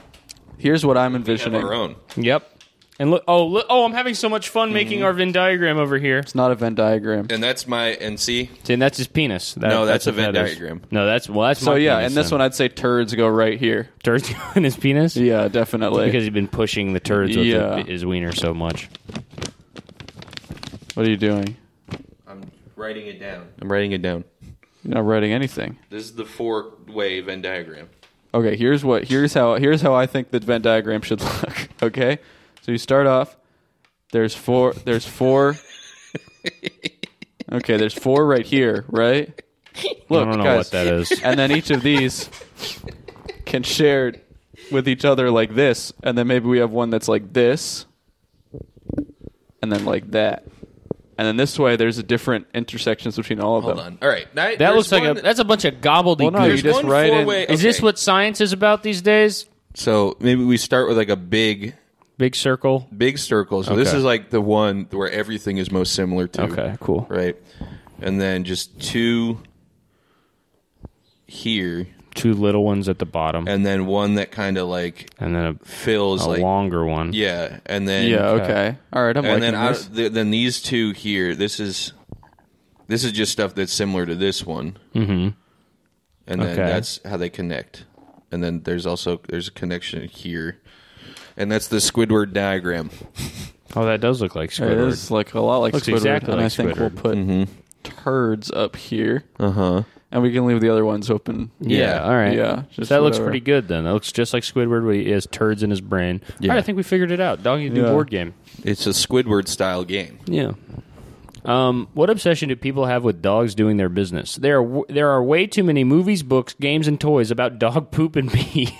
C: Here's what I'm
E: We have
C: envisioning.
E: our own.
D: Yep. And look, oh, look, oh, I'm having so much
C: Mm-hmm.
D: fun making our Venn diagram over here.
C: It's not a Venn diagram.
E: And that's my and see.
D: And that's his penis. That-
E: No, that's a
D: what
E: Venn
D: that is.
E: diagram.
D: No, that's well, that's
C: So
D: my
C: yeah,
D: penis,
C: and this
D: then.
C: one I'd say turds go right here.
D: turds in his penis
C: Yeah, definitely.
D: because he's been pushing the turds with
C: Yeah.
D: his wiener so much.
C: what are you doing?
E: I'm writing it down. I'm writing it down.
C: You're not writing anything.
E: This is the four way Venn diagram.
C: Okay, here's what here's how here's how I think the Venn diagram should look. Okay, so you start off. There's four. There's four. Okay, there's four right here, right? Look,
D: I don't know
C: guys,
D: what that is.
C: And then each of these can share with each other like this, and then maybe we have one that's like this, and then like that, and then this way there's a different intersections between all of
E: Hold
C: them.
E: on. All right. Now,
D: That
E: there's
D: looks like
E: one-
D: a that's a bunch of gobbledygook.
C: Well, no, you
E: there's
C: just
E: one
C: write in-
E: four-way-
D: Is this
E: okay.
D: what science is about these days?
E: So maybe we start with like a big
D: Big circle.
E: big circle. So this
D: Okay.
E: is like the one where everything is most similar to.
D: Okay, cool.
E: Right. And then just two here,
D: Two little ones at the bottom, and,
E: and then one that kind of like
D: then a,
E: fills
D: a
E: like
D: longer one.
E: yeah, and then
C: Yeah. Okay.
D: Okay.
C: All right. I'm
E: and
C: liking
E: then I,
C: this.
E: th- then these two here. This is this is just stuff that's similar to this one. Mm-hmm. And then
D: Okay.
E: that's how they connect. And then there's also there's a connection here, and that's the Squidward diagram.
D: Oh, that does look like
C: It
D: Squidward.
C: is like a lot like
D: Looks
C: Squidward,
D: exactly
C: and
D: like Mm-hmm.
C: I think we'll
D: Squidward.
C: put turds up here,
E: Uh huh.
C: and we can leave the other ones open.
D: Uh-huh. Yeah, all right.
C: Yeah, just
D: that looks
C: whatever.
D: pretty good then. That looks just like Squidward, but he has turds in his brain. All right, I think we figured it out. Doggy new
C: Yeah.
D: board game.
E: It's a Squidward style game.
D: Yeah. Um, what obsession do people have with dogs doing their business? There are there are way too many movies, books, games, and toys about dog poop and pee.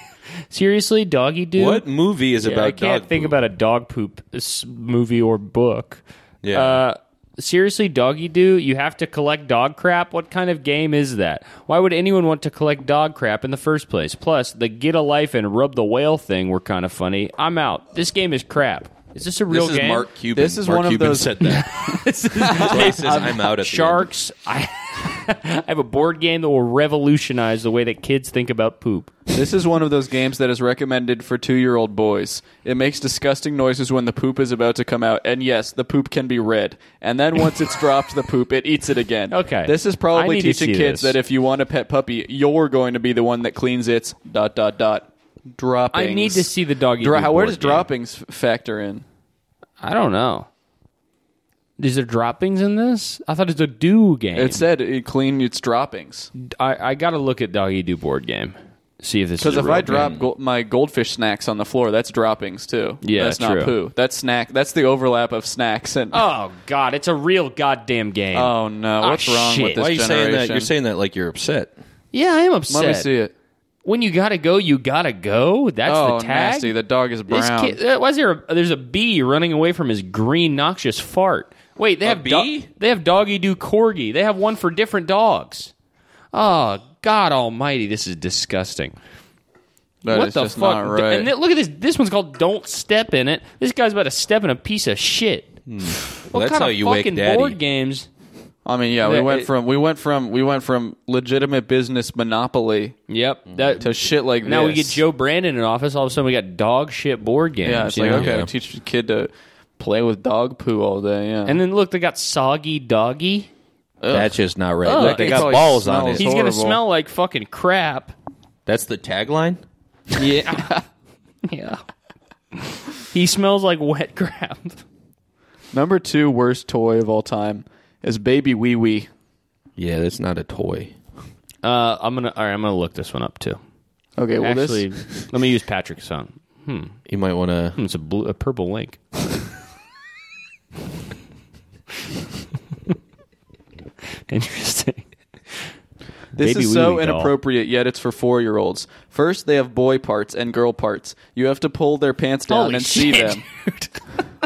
D: Seriously, doggy dude.
E: What movie is
D: Yeah,
E: about
D: I can't
E: dog
D: think
E: poop?
D: about a dog poop s- movie or book.
E: Yeah.
D: Uh, seriously, doggy do you have to collect dog crap? What kind of game is that? Why would anyone want to collect dog crap in the first place? Plus, the get a life and rub the whale thing were kind of funny. I'm out. This game is crap. Is this a real
E: This is
D: game?
E: Mark Cuban.
C: This is
E: Mark
C: one of
E: Cuban
C: those-
E: said that.
D: This is-
E: So he says, I'm out at the end."
D: sharks. I, I have a board game that will revolutionize the way that kids think about poop.
C: This is one of those games that is recommended for two-year-old boys. It makes disgusting noises when the poop is about to come out, and yes, the poop can be red. And then once it's dropped, the poop it eats it again.
D: Okay.
C: this is
D: I
C: probably
D: need to
C: teaching
D: see
C: kids
D: this.
C: that if you want a pet puppy, you're going to be the one that cleans its dot dot dot droppings.
D: I need to see the doggy.
C: Dro-
D: do
C: how- where
D: board
C: does
D: game.
C: droppings f- factor in?
D: I don't know. Is there droppings in this? I thought it's a do game.
C: It said it clean its droppings.
D: I, I got to look at doggy do board game. See if this is
C: Because
D: a
C: if
D: real
C: I
D: game.
C: drop gold, my goldfish snacks on the floor, that's droppings too.
D: Yeah,
C: that's
D: true.
C: not poo. That's snack. That's the overlap of snacks and.
D: Oh God, it's a real goddamn game.
C: Oh, no!
D: Ah,
C: What's wrong
D: shit.
C: with this
E: Why are you
C: generation?
E: saying that? You're saying that like you're upset.
D: yeah, I am upset.
C: Let me see it.
D: When you gotta go, you gotta go. That's
C: oh,
D: the tag.
C: nasty! The dog is
D: This
C: brown.
D: kid- uh, why is there a, there's a bee running away from his green noxious fart? Wait, they have do-
E: bee?
D: they have doggy do corgi. They have one for different dogs. Oh God Almighty, this is disgusting.
C: That
D: what
C: is
D: the
C: just
D: fuck?
C: not right.
D: And then look at this. This one's called "Don't Step in It." This guy's about to step in a piece of shit.
C: Hmm.
D: What
E: that's
D: kind
E: how
D: of
E: you wake
D: fucking
E: daddy.
D: board games?
C: I mean, yeah, we
D: That-
C: went
D: it-
C: from we went from we went from legitimate business monopoly
D: Yep.
C: Hmm.
D: That,
C: to shit like
D: now
C: this.
D: we get Joe Brandon in office. All of a sudden, we got dog shit board games.
C: Yeah, it's
D: you
C: like
D: know?
C: okay,
E: Yeah.
C: teach the kid to play with dog poo all day. Yeah,
D: And then look, they got soggy doggy.
E: That's just not right.
D: Ugh.
E: Look, they
C: It
E: got
C: probably
E: balls on
C: smells
E: it.
D: He's gonna
C: horrible.
D: smell like fucking crap.
E: That's the tagline.
D: Yeah. yeah. He smells like wet crap.
C: number two worst toy of all time is Baby Wee Wee.
E: Yeah, that's not a toy.
D: Uh, I'm gonna all right, I'm gonna look this one up too.
C: Okay, well
D: Actually,
C: this
D: let me use Patrick's song.
E: You might want to.
D: It's a blue, a purple link. Interesting.
C: This
D: Baby
C: is so
D: wee-wee doll.
C: inappropriate, yet it's for four year olds. First, they have boy parts and girl parts. You have to pull their pants down
D: Holy
C: and see
D: Oh, shit,
C: them.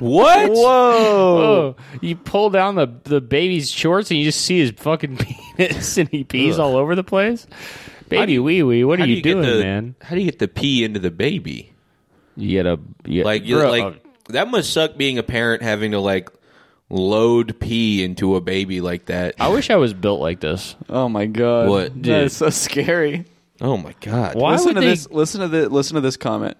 E: What?
C: Whoa!
D: Oh, you pull down the the baby's shorts and you just see his fucking penis and he pees all over the place. Baby wee wee, what are you, doing,
E: get the,
D: man?
E: How do you get the pee into the baby?
D: You get a you get,
E: Like, you
D: Bro,
E: like that must suck being a parent having to like load pee into a baby like that.
D: I wish I was built like this.
C: Oh my god!
E: What,
C: That
E: dude?
C: is so scary.
E: oh my god!
D: Why
C: listen
D: would
C: to
D: they
C: this. Listen to this. Listen to this comment.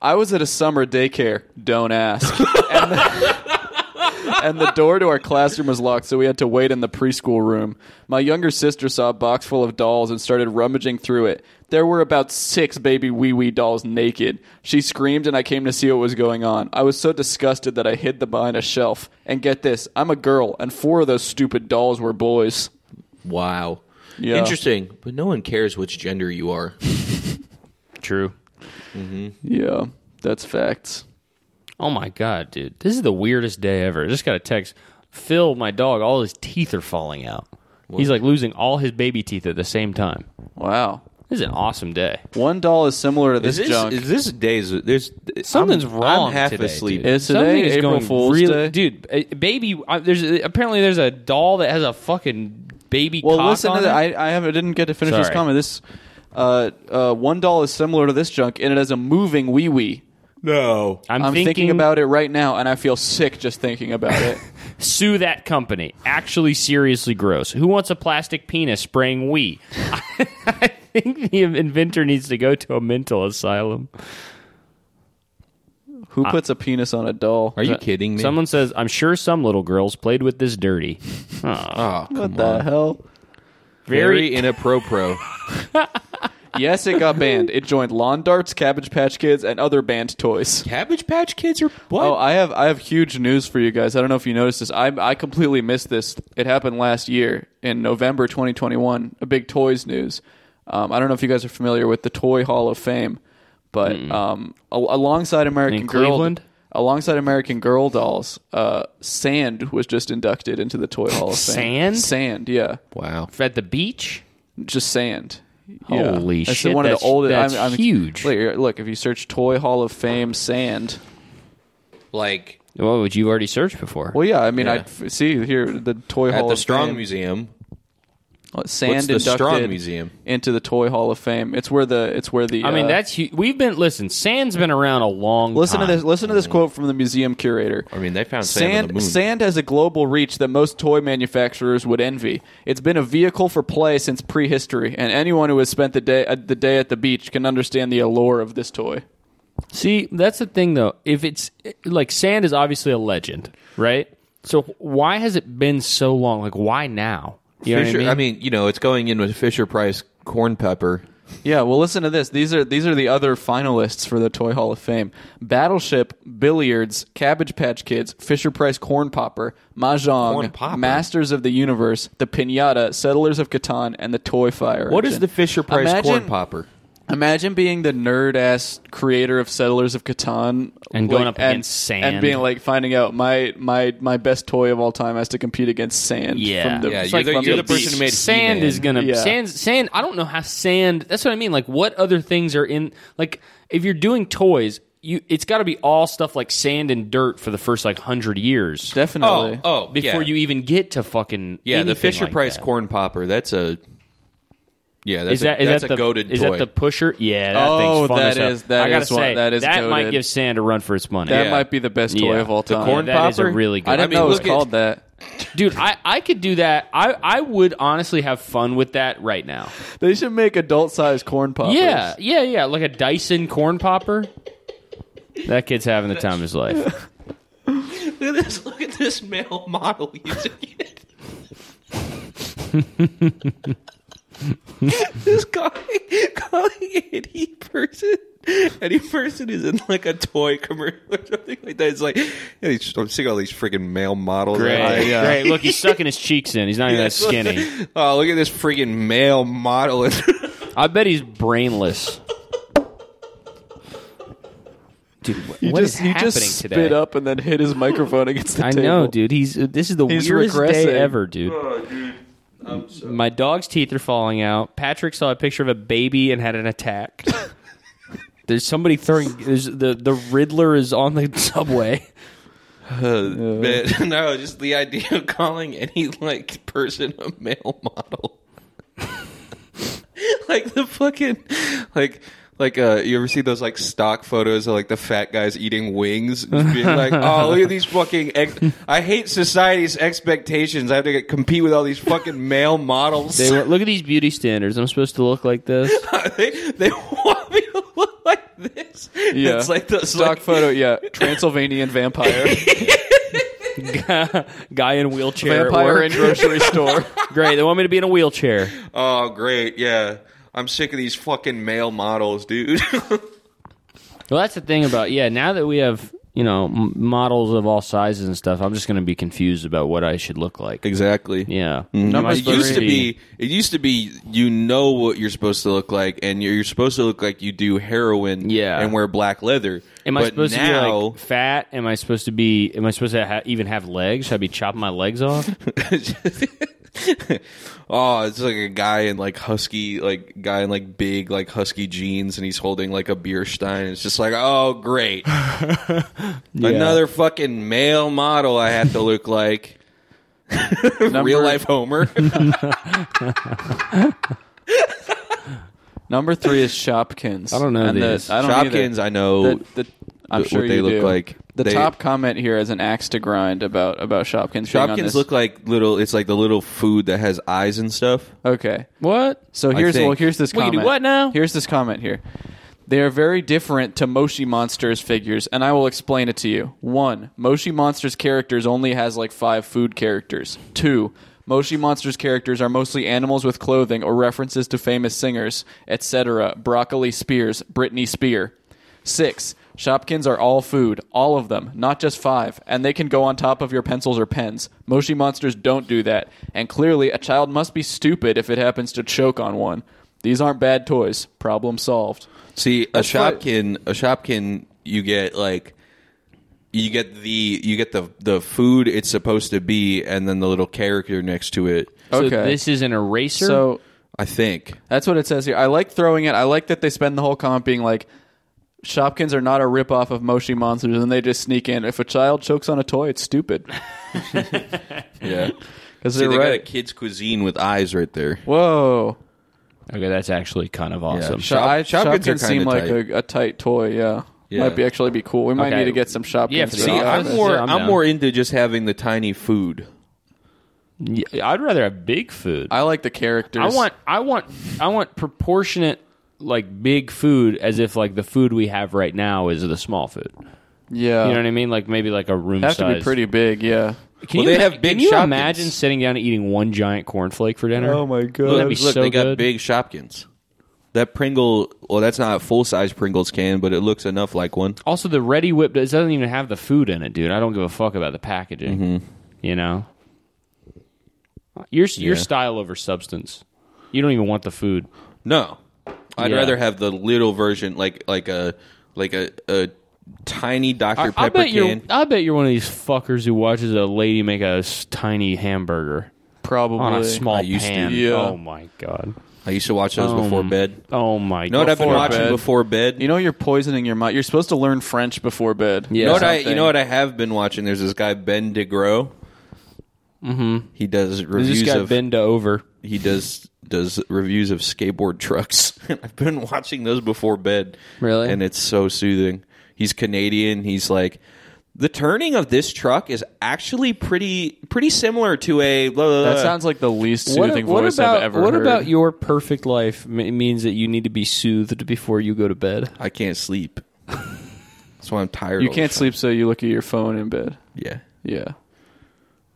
C: I was at a summer daycare. Don't ask. and, the, and the door to our classroom was locked, so we had to wait in the preschool room. My younger sister saw a box full of dolls and started rummaging through it. There were about six baby wee wee dolls naked. She screamed, and I came to see what was going on. I was so disgusted that I hid them behind a shelf. And get this, I'm a girl, and four of those stupid dolls were boys.
E: Wow.
C: Yeah.
E: Interesting, but no one cares which gender you are.
D: True.
C: Yeah, that's facts.
D: Oh my god, dude. This is the weirdest day ever. I just got a text. Phil, my dog, all his teeth are falling out. He's like losing all his baby teeth at the same time.
C: Wow.
D: This is an awesome day.
C: One doll is similar to
E: Is this,
C: this, junk.
E: is this days? There's
D: Something's
E: I'm-
D: wrong
E: I'm half
D: today,
E: asleep.
D: dude.
C: Is today
D: Something is
C: April
D: going
C: Fool's
D: real-
C: Day?
D: dude. a- Baby, I, there's a- apparently there's a doll that has a fucking baby.
C: well,
D: cock
C: listen
D: on
C: to
D: it.
C: that. I, I haven't didn't get to finish this
D: Sorry.
C: comment. This uh, uh, one doll is similar to this junk, and it has a moving wee wee.
E: No.
D: I'm,
C: I'm thinking, about it right now, and I feel sick just thinking about it.
D: sue that company. Actually, seriously gross. Who wants a plastic penis spraying wee? I think the inventor needs to go to a mental asylum.
C: Who puts a penis on a doll?
E: Are you kidding me?
D: Someone says, "I'm sure some little girls played with this dirty."
E: oh,
C: what the hell?
E: very, inappropriate.
C: yes, it got banned. It joined lawn darts, Cabbage Patch Kids, and other banned toys.
E: Cabbage Patch Kids are what?
C: Oh, I have I have huge news for you guys. I don't know if you noticed this. I I completely missed this. It happened last year in November 2021. A big toys news. Um, I don't know if you guys are familiar with the Toy Hall of Fame, but um, al- alongside American
D: Hmm. In
C: Girl,
D: Cleveland?
C: alongside American Girl dolls, uh, Sand was just inducted into the Toy Hall of Fame.
D: Sand?
C: Sand, yeah,
E: wow.
D: At the beach?
C: just Sand.
D: Holy
C: That's
D: shit,
C: One of
D: that's-
C: the oldest.
D: that's
C: I'm, I'm,
D: huge.
C: Look, look, if you search Toy Hall of Fame Sand,
E: Like
D: Well, would you already searched before?
C: Well, yeah. I mean,
E: Yeah.
C: I see here the Toy
E: at
C: Hall
E: the
C: of
E: Strong
C: Fame.
E: Museum.
C: Uh, Sand
E: What's the
C: inducted
E: Strong Museum?
C: into the Toy Hall of Fame. It's where the it's where the.
D: I mean,
C: uh,
D: that's hu- we've been listen. Sand's been around a long.
C: Listen
D: time.
C: to this. Listen to this quote from the museum curator.
E: I mean, they found sand, on the
C: Sand,
E: moon.
C: sand has a global reach that most toy manufacturers would envy. It's been a vehicle for play since prehistory, and anyone who has spent the day uh, the day at the beach can understand the allure of this toy.
D: See, that's the thing though. If it's like Sand is obviously a legend, right? So why has it been so long? Like why now? You know what
E: Fisher, I, mean? you know, it's going in with Fisher Price corn pepper.
C: Yeah, well, listen to this. These are these are the other finalists for the Toy Hall of Fame: Battleship, Billiards, Cabbage Patch Kids, Fisher Price Corn Popper, Mahjong,
E: Corn Popper?
C: Masters of the Universe, the Pinata, Settlers of Catan, and the Toy Fire.
E: What is the Fisher Price
C: Imagine-
E: corn popper?
C: Imagine being the nerd ass creator of Settlers of Catan
D: And going
C: like,
D: up against
C: and,
D: sand.
C: and being like finding out my my my best toy of all time has to compete against sand.
D: Yeah.
C: from the,
E: Yeah,
C: from
E: you're the- you're the
C: beach.
E: person who made
D: sand
E: He-Man.
D: is gonna
C: Yeah.
D: sand sand. I don't know how sand. That's what I mean. Like what other things are in? Like if you're doing toys, you it's got to be all stuff like sand and dirt for the first like hundred years
C: Definitely.
E: oh,
D: before
E: yeah.
D: you even get to fucking
E: Yeah, the
D: anything
E: Fisher
D: like
E: Price
D: that.
E: corn popper. That's a yeah. That's
D: Is that
E: a,
D: is
E: that's
D: that
E: a
D: the
E: goaded
D: is
E: toy.
D: that the pusher? Yeah, that
C: Oh,
D: thing's fun
C: that
D: as hell.
C: is- that
D: I gotta
C: is one-
D: say
C: that is
D: that might
C: goated.
D: give Sand a run for its money.
C: that
E: yeah.
C: might be the best toy
D: Yeah.
C: of all
D: The
C: time.
E: corn
D: Yeah, that is a
E: popper?
D: really good-
C: I didn't
E: mean,
C: know it was
E: look at-
C: called that.
D: Dude, I, I could do that. I, I would honestly have fun with that right now.
C: They should make adult-sized corn poppers.
D: Yeah, yeah, yeah. Like a Dyson corn popper. That kid's having the time of his life.
E: look at this. Look at this male model using it. this guy calling any person, any person who's in like a toy commercial or something like that. It's like, yeah, he's- I'm seeing all these freaking male models. uh,
D: Great,
E: Like,
C: yeah.
D: great. Look, he's sucking his cheeks in. He's not even that skinny.
E: oh, look at this freaking male model.
D: I bet he's brainless. Dude, wh- what is
C: He just, he
D: happening
C: just
D: today?
C: spit up and then hit his microphone against the
D: I
C: table.
D: know, dude. He's uh, this is the
C: He's
D: weirdest
C: regressing.
D: day ever, dude. My dog's teeth are falling out. Patrick saw a picture of a baby and had an attack. there's somebody throwing. There's the the Riddler is on the subway.
E: Uh, but no, just the idea of calling any like person a male model. like the fucking like like uh you ever see those like stock photos of like the fat guys eating wings Just being like oh look at these fucking ex- i hate society's expectations i have to get, compete with all these fucking male models
D: They went, look at these beauty standards. I'm supposed to look like this.
E: they, they want me to look like this
C: Yeah.
E: it's like those
C: stock
E: like,
C: photo. Yeah, Transylvanian vampire,
D: Guy in wheelchair. at
C: vampire
D: work.
C: in grocery store.
D: Great. They want me to be in a wheelchair.
E: oh great yeah i'm sick of these fucking male models dude
D: Well, that's the thing about yeah. Now that we have you know m- models of all sizes and stuff, I'm just going to be confused about what I should look like.
E: Exactly.
D: Yeah.
C: Number
E: Mm-hmm. It used to
C: three.
E: be. It used to be. You know what you're supposed to look like, and you're, you're supposed to look like you do heroin.
D: Yeah.
E: And wear black leather.
D: Am I
E: But
D: supposed to
E: now,
D: be like fat? Am I supposed to be? Am I supposed to ha- even have legs? Should I be chopping my legs off?
E: oh, it's like a guy in like husky, like guy in like big, like husky jeans, and he's holding like a beer stein. It's just like, oh, great, another fucking male model I have to look like. Real life Homer.
C: Number three is Shopkins.
D: I don't know
C: And the-
D: these.
C: I don't
E: Shopkins,
C: either.
E: I know.
C: The- the- I'm
E: th-
C: sure
E: what they
C: you
E: look
C: do.
E: like.
C: The
E: They-
C: top comment here is an axe to grind about about Shopkins. being on
E: Shopkins
C: this-
E: look like little. It's like the little food that has eyes and stuff.
C: Okay,
D: What?
C: So here's
E: think.
C: well, here's this
D: We can
C: comment.
D: do what now?
C: Here's this comment here. They are very different to Moshi Monsters figures, and I will explain it to you. One, Moshi Monsters characters only has like five food characters. Two, Moshi Monsters characters are mostly animals with clothing or references to famous singers, etc. Broccoli Spears, Britney Spear. Six, Shopkins are all food, all of them, not just five, and they can go on top of your pencils or pens. Moshi Monsters don't do that, and clearly a child must be stupid if it happens to choke on one. These aren't bad toys. Problem solved.
E: See, a
C: what-
E: shopkin, a shopkin, you get like you get the you get the the food it's supposed to be, and then the little character next to it.
C: Okay.
D: So this is an eraser.
C: So
E: I think.
C: That's what it says here. I like throwing it. I like that they spend the whole comic being like, Shopkins are not a ripoff of Moshi Monsters, and they just sneak in. If a child chokes on a toy, it's stupid.
E: Yeah,
C: Because
E: See,
C: they're
E: they got a
C: right.
E: kids' cuisine with eyes right there.
C: Whoa.
D: okay, that's actually kind of awesome.
E: Shop-
C: Shop, I,
E: Shopkins are
C: Shopkins seem
E: kinda
C: like
E: tight.
C: a, a tight toy, yeah.
E: Yeah.
C: Might be actually be cool. We might
D: Okay.
C: need to get some Shopkins.
D: Yeah,
C: for
D: for
E: See,
C: the
D: sure.
E: I'm
C: office.
E: more
D: Yeah, I'm
E: I'm,
D: down.
E: more into just having the tiny food.
D: Yeah, I'd rather have big food.
C: I like the characters.
D: I want I want I want proportionate like big food as if like the food we have right now is the small food.
C: Yeah.
E: Oh.
D: You know what I mean? Like maybe like a room
C: Have to be
D: size.
C: pretty big, yeah.
D: Can
E: Well,
D: you
E: they
D: ima-
E: have big
D: Can you
E: Shopkins.
D: imagine sitting down and eating one giant cornflake for
E: Oh
D: dinner?
C: god.
D: Oh, That'd
E: Look,
D: be
E: look,
D: so
E: they got
D: good.
E: big Shopkins. That Pringle, well, that's not a full size Pringles can, but it looks enough like one.
D: Also, the Ready Whip does- doesn't even have the food in it, dude. I don't give a fuck about the packaging.
E: Mm-hmm.
D: You know, your your style over substance. You don't even want the food.
E: No, I'd
D: Yeah.
E: rather have the little version, like like a like a, a tiny Dr
D: I, I
E: Pepper
D: bet you're.
E: can.
D: I bet you're one of these fuckers who watches a lady make a s- tiny hamburger
C: Probably.
D: on a small
E: I used to,
D: pan.
C: yeah.
D: Oh my god.
E: I used to watch those before
D: Um,
E: bed.
D: Oh my
E: You know what I've been
C: before
E: watching
C: bed.
E: before bed?
C: You know you're poisoning your mind. You're supposed to learn French before bed.
D: Yeah.
E: You know what I
C: Something.
E: you know what I have been watching? There's this guy Ben DeGro. Mm-hmm. He does
D: This
E: reviews
D: guy
E: of
D: bend over.
E: he does does reviews of skateboard trucks. I've been watching those before bed.
D: Really?
E: And it's so soothing. He's Canadian. He's like the turning of this truck is actually pretty pretty similar to a blah, blah, blah.
C: That sounds like the least soothing voice
D: about,
C: I've ever
D: what
C: heard.
D: about your perfect life m- means that you need to be soothed before you go to bed?
E: I can't sleep. That's why I'm tired.
C: You
E: all
C: can't
E: the time.
C: sleep, so you look at your phone in bed.
E: Yeah.
C: Yeah.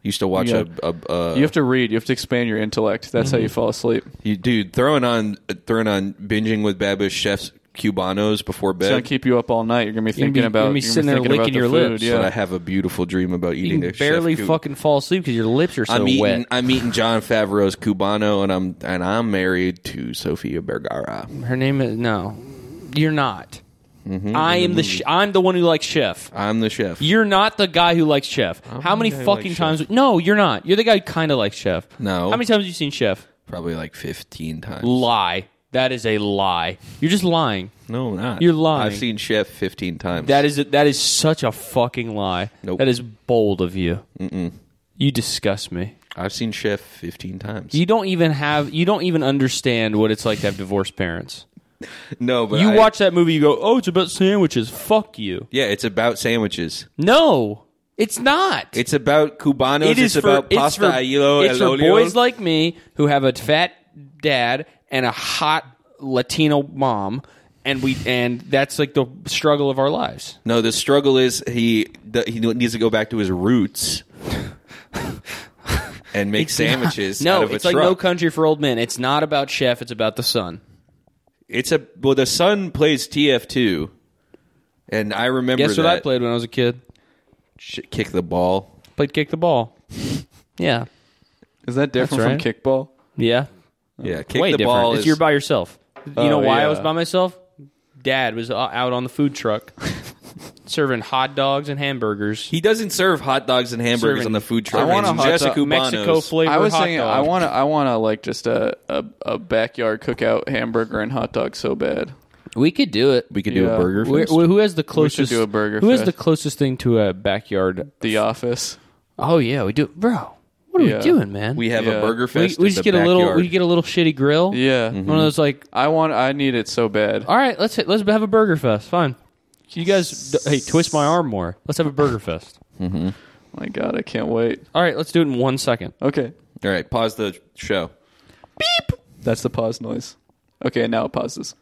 E: Used to watch
C: You
E: a, a,
D: Oh.
E: a
C: You have to read. You have to expand your intellect. That's
D: Mhm.
C: how you fall asleep.
E: you- dude throwing on throwing on binging with Babish chefs cubanos before
C: It's gonna
E: bed.
C: keep you up all night. You're gonna be
D: gonna
C: thinking
D: be-
C: about.
D: you're gonna be
C: you're
D: sitting there
C: thinking about
D: licking
C: the
D: your
C: food,
D: lips.
E: But I
C: Yeah.
E: have a beautiful dream about
D: You
E: eating
D: can
E: a Chef
D: barely
E: Cub-
D: fucking fall asleep because your lips are so
E: I'm
D: wet.
E: eating. I'm eating John Favreau's Cubano, and I'm and I'm married to Sofia Vergara.
D: Her name is no. You're not.
E: Mm-hmm.
D: I am the sh- I'm the one who likes chef.
E: I'm the chef.
D: You're not the guy who likes chef. How many
E: the guy who
D: fucking
E: likes
D: times? No, you're not. You're the guy who kind of likes chef.
E: No.
D: How many times have you seen chef?
E: Probably like 15 times.
D: Lie. That is a lie. You're just lying.
E: no, not.
D: You're lying.
E: I've seen Chef 15 times.
D: That is that is such a fucking lie.
E: Nope.
D: That is bold of you. Mm-mm. You disgust me.
E: I've seen Chef 15 times.
D: You don't even have. You don't even understand what it's like to have divorced parents.
E: no, but
D: you
E: I-
D: watch that movie. You go, oh, it's about sandwiches. Fuck you.
E: Yeah, it's about sandwiches.
D: No, it's not.
E: It's about Cubanos.
D: It is
E: it's about pasta
D: it's for,
E: aglio
D: It's
E: al
D: for
E: olio.
D: boys like me who have a fat dad and a hot Latino mom, and we and that's like the struggle of our lives.
E: no, the struggle is he the, he needs to go back to his roots and make sandwiches.
D: No,
E: out of a
D: it's like
E: truck.
D: No Country for Old Men. It's not about chef. It's about the son.
E: It's a well. The son plays TF2, and I remember.
D: Guess what I
E: that.
D: played when I was a kid?
E: Sh- Kick the ball.
D: Played kick the ball. Yeah,
C: Is that different
D: That's
C: from kickball?
D: yeah.
E: Yeah, kick
D: Way
E: the
D: different.
E: ball.
D: It's
E: is-
D: you're by yourself. you know
C: Oh,
D: why I
C: yeah.
D: was by myself? Dad was uh, out on the food truck serving hot dogs and hamburgers.
E: he doesn't serve hot dogs and hamburgers
D: Serving-
E: on the food truck.
C: I want a hot
E: Jessica
C: dog-
D: Mexico flavored
C: I was
D: hot
C: saying
D: dog.
C: I want to. I want to like just a, a a backyard cookout hamburger and hot dog so bad.
D: We could do it.
E: We could
C: do a Yeah. burger
D: Wh- wh- who has the closest?
C: do a burger
D: Who has
C: fest.
D: the closest thing to a backyard?
C: The Office.
D: Oh yeah, we do, bro. What are
C: Yeah.
D: we doing, man?
E: We have a
C: Yeah.
E: burger
D: we,
E: fest.
D: we
E: at
D: just
E: the
D: get a little.
E: backyard.
D: We get a little shitty grill.
C: Yeah.
D: One of those like,
C: I want. I need it so bad.
D: all right, let's hit- let's have a burger fest. Fine. You guys, d- hey, twist my arm more. Let's have a burger fest.
C: Oh My God, I can't wait.
D: All right, let's do it in one second.
C: Okay,
E: All right, pause the show.
C: that's the pause noise. Okay, now it pauses.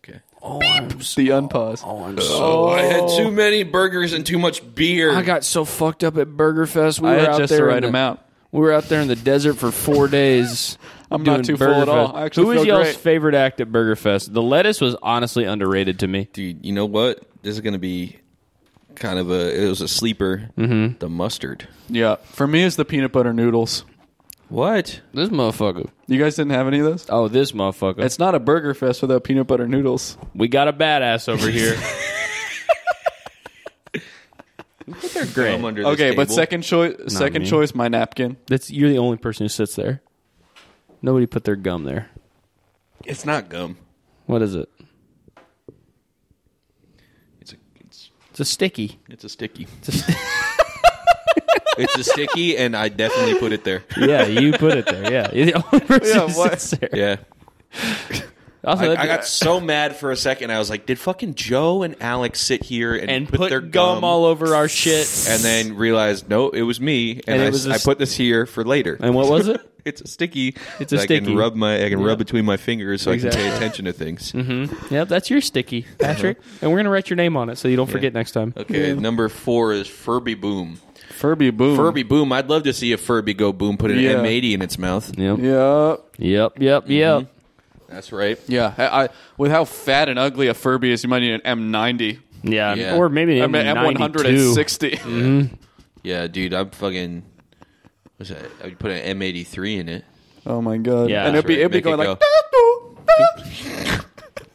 E: Okay.
C: The unpause.
E: Oh, I had too many burgers and too much beer.
D: I got so fucked up at Burger Fest. We
C: I
D: were
C: had
D: out
C: just
D: there
C: the
D: in
C: right
D: the-
C: amount.
D: We were out there in the desert for four days.
C: I'm
D: doing
C: not too full
D: Burger
C: at all.
D: Fest.
C: I actually
D: Who was
C: feel
D: y'all's
C: great.
D: favorite act at Burger Fest? The lettuce was honestly underrated to me.
E: Dude, you know what? This is going to be kind of a. It was a sleeper. Mm-hmm. The mustard.
C: Yeah, for me it's the peanut butter noodles.
E: What?
D: This motherfucker.
C: You guys didn't have any of those?
D: Oh, this motherfucker.
C: It's not a burger fest without peanut butter noodles.
D: we got a badass over here.
E: They're great. Under this
C: Okay, but
E: table.
C: second choice, second
D: me.
C: choice, my napkin.
D: That's you're the only person who sits there. Nobody put their gum there.
E: it's not gum.
D: What is it?
E: It's a. It's,
D: It's a sticky.
E: it's a sticky. It's a sticky, and I definitely put it there.
D: yeah, you put it there. Yeah, you're the only person
C: Yeah,
D: who
C: what?
D: sits there.
E: Yeah.
D: Also,
E: I,
D: that'd
E: I
D: be-
E: got so mad for a second. I was like, "Did fucking Joe and Alex sit here and,
D: and
E: put,
D: put
E: their
D: gum, all over our shit.
E: and then realized no, it was me, and,
D: And it
E: I,
D: was a
E: I
D: s-
E: put this here for later.
D: And what was it?
E: It's a sticky.
D: It's a
E: that I
D: sticky.
E: can rub my. I can rub between my fingers so I can
D: Exactly. Mm-hmm.
E: pay attention to things.
D: yep, that's your sticky, Patrick. And we're gonna write your name on it so you don't forget next time.
E: Okay, number four is Furby Boom.
C: Furby boom.
E: Furby Boom. I'd love to see a Furby go boom, put an
C: Yeah.
E: M80 in its mouth.
D: Yep.
C: Yeah,
D: Yep. Yep. Yep.
E: Mm-hmm. That's right.
C: yeah. I, I, with how fat and ugly a Furby is, you might need an M90.
D: Yeah.
E: Yeah.
D: Or maybe
C: I
D: an
C: mean, M100 at
D: M92.
C: 60.
E: Yeah, dude. I'm fucking. What's that? I would put an M83 in it.
C: Oh my god.
D: Yeah.
C: and it'd be,
E: That's
C: it'd be
E: right.
C: going
E: Make
C: like.
E: it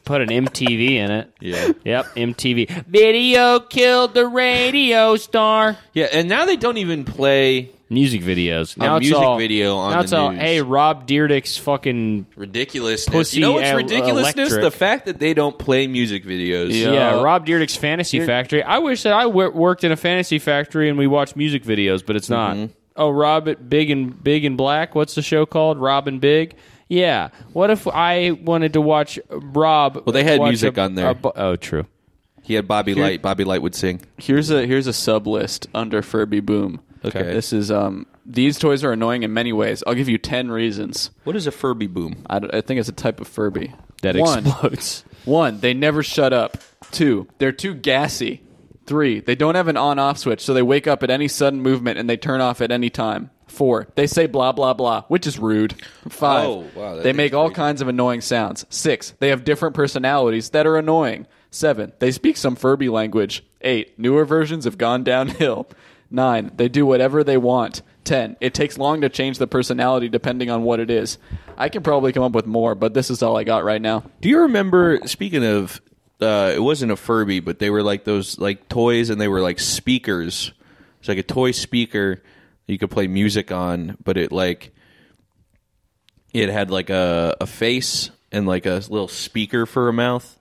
D: Put an MTV in it.
E: Yeah.
D: Yep. MTV. Video killed the radio star.
E: Yeah, and now they don't even play
D: Music videos. Now it's
E: music
D: all,
E: video on
D: now
E: the
D: it's all,
E: news.
D: Hey, Rob Deerdick's fucking
E: ridiculousness.
D: Pussy
E: you know what's
D: el-
E: ridiculousness?
D: electric.
E: The fact that they don't play music videos.
D: Yeah, Rob Dyrdek's Fantasy Factory. I wish that I w- worked in a fantasy factory and we watched music videos, but it's not.
E: Mm-hmm.
D: Oh, Rob at Big and Big and Black. What's the show called? Rob and Big. Yeah. What if I wanted to watch Rob?
E: Well, they had
D: watch
E: music
D: a-
E: on there.
D: a bu- oh, true.
E: He had Bobby Light. Bobby Light would sing.
C: Here's a here's a sub list under Furby Boom.
E: Okay.
C: This is um these toys are annoying in many ways. I'll give you 10 reasons.
E: What is a Furby boom?
C: I, d- I think it's a type of Furby.
D: That
C: one,
D: explodes.
C: one, they never shut up. Two, they're too gassy. Three, they don't have an on-off switch, so they wake up at any sudden movement and they turn off at any time. Four, they say blah blah blah, which is rude. Five,
E: Oh, wow, that
C: they
E: thing's
C: make all
E: crazy.
C: kinds of annoying sounds. Six, they have different personalities that are annoying. Seven, they speak some Furby language. Eight, newer versions have gone downhill. Nine, they do whatever they want. Ten, it takes long to change the personality depending on what it is. I can probably come up with more, but this is all I got right now.
E: Do you remember? Speaking of, uh, it wasn't a Furby, but they were like those like toys, and they were like speakers. It's like a toy speaker you could play music on, but it like it had like a, a face and like a little speaker for a mouth.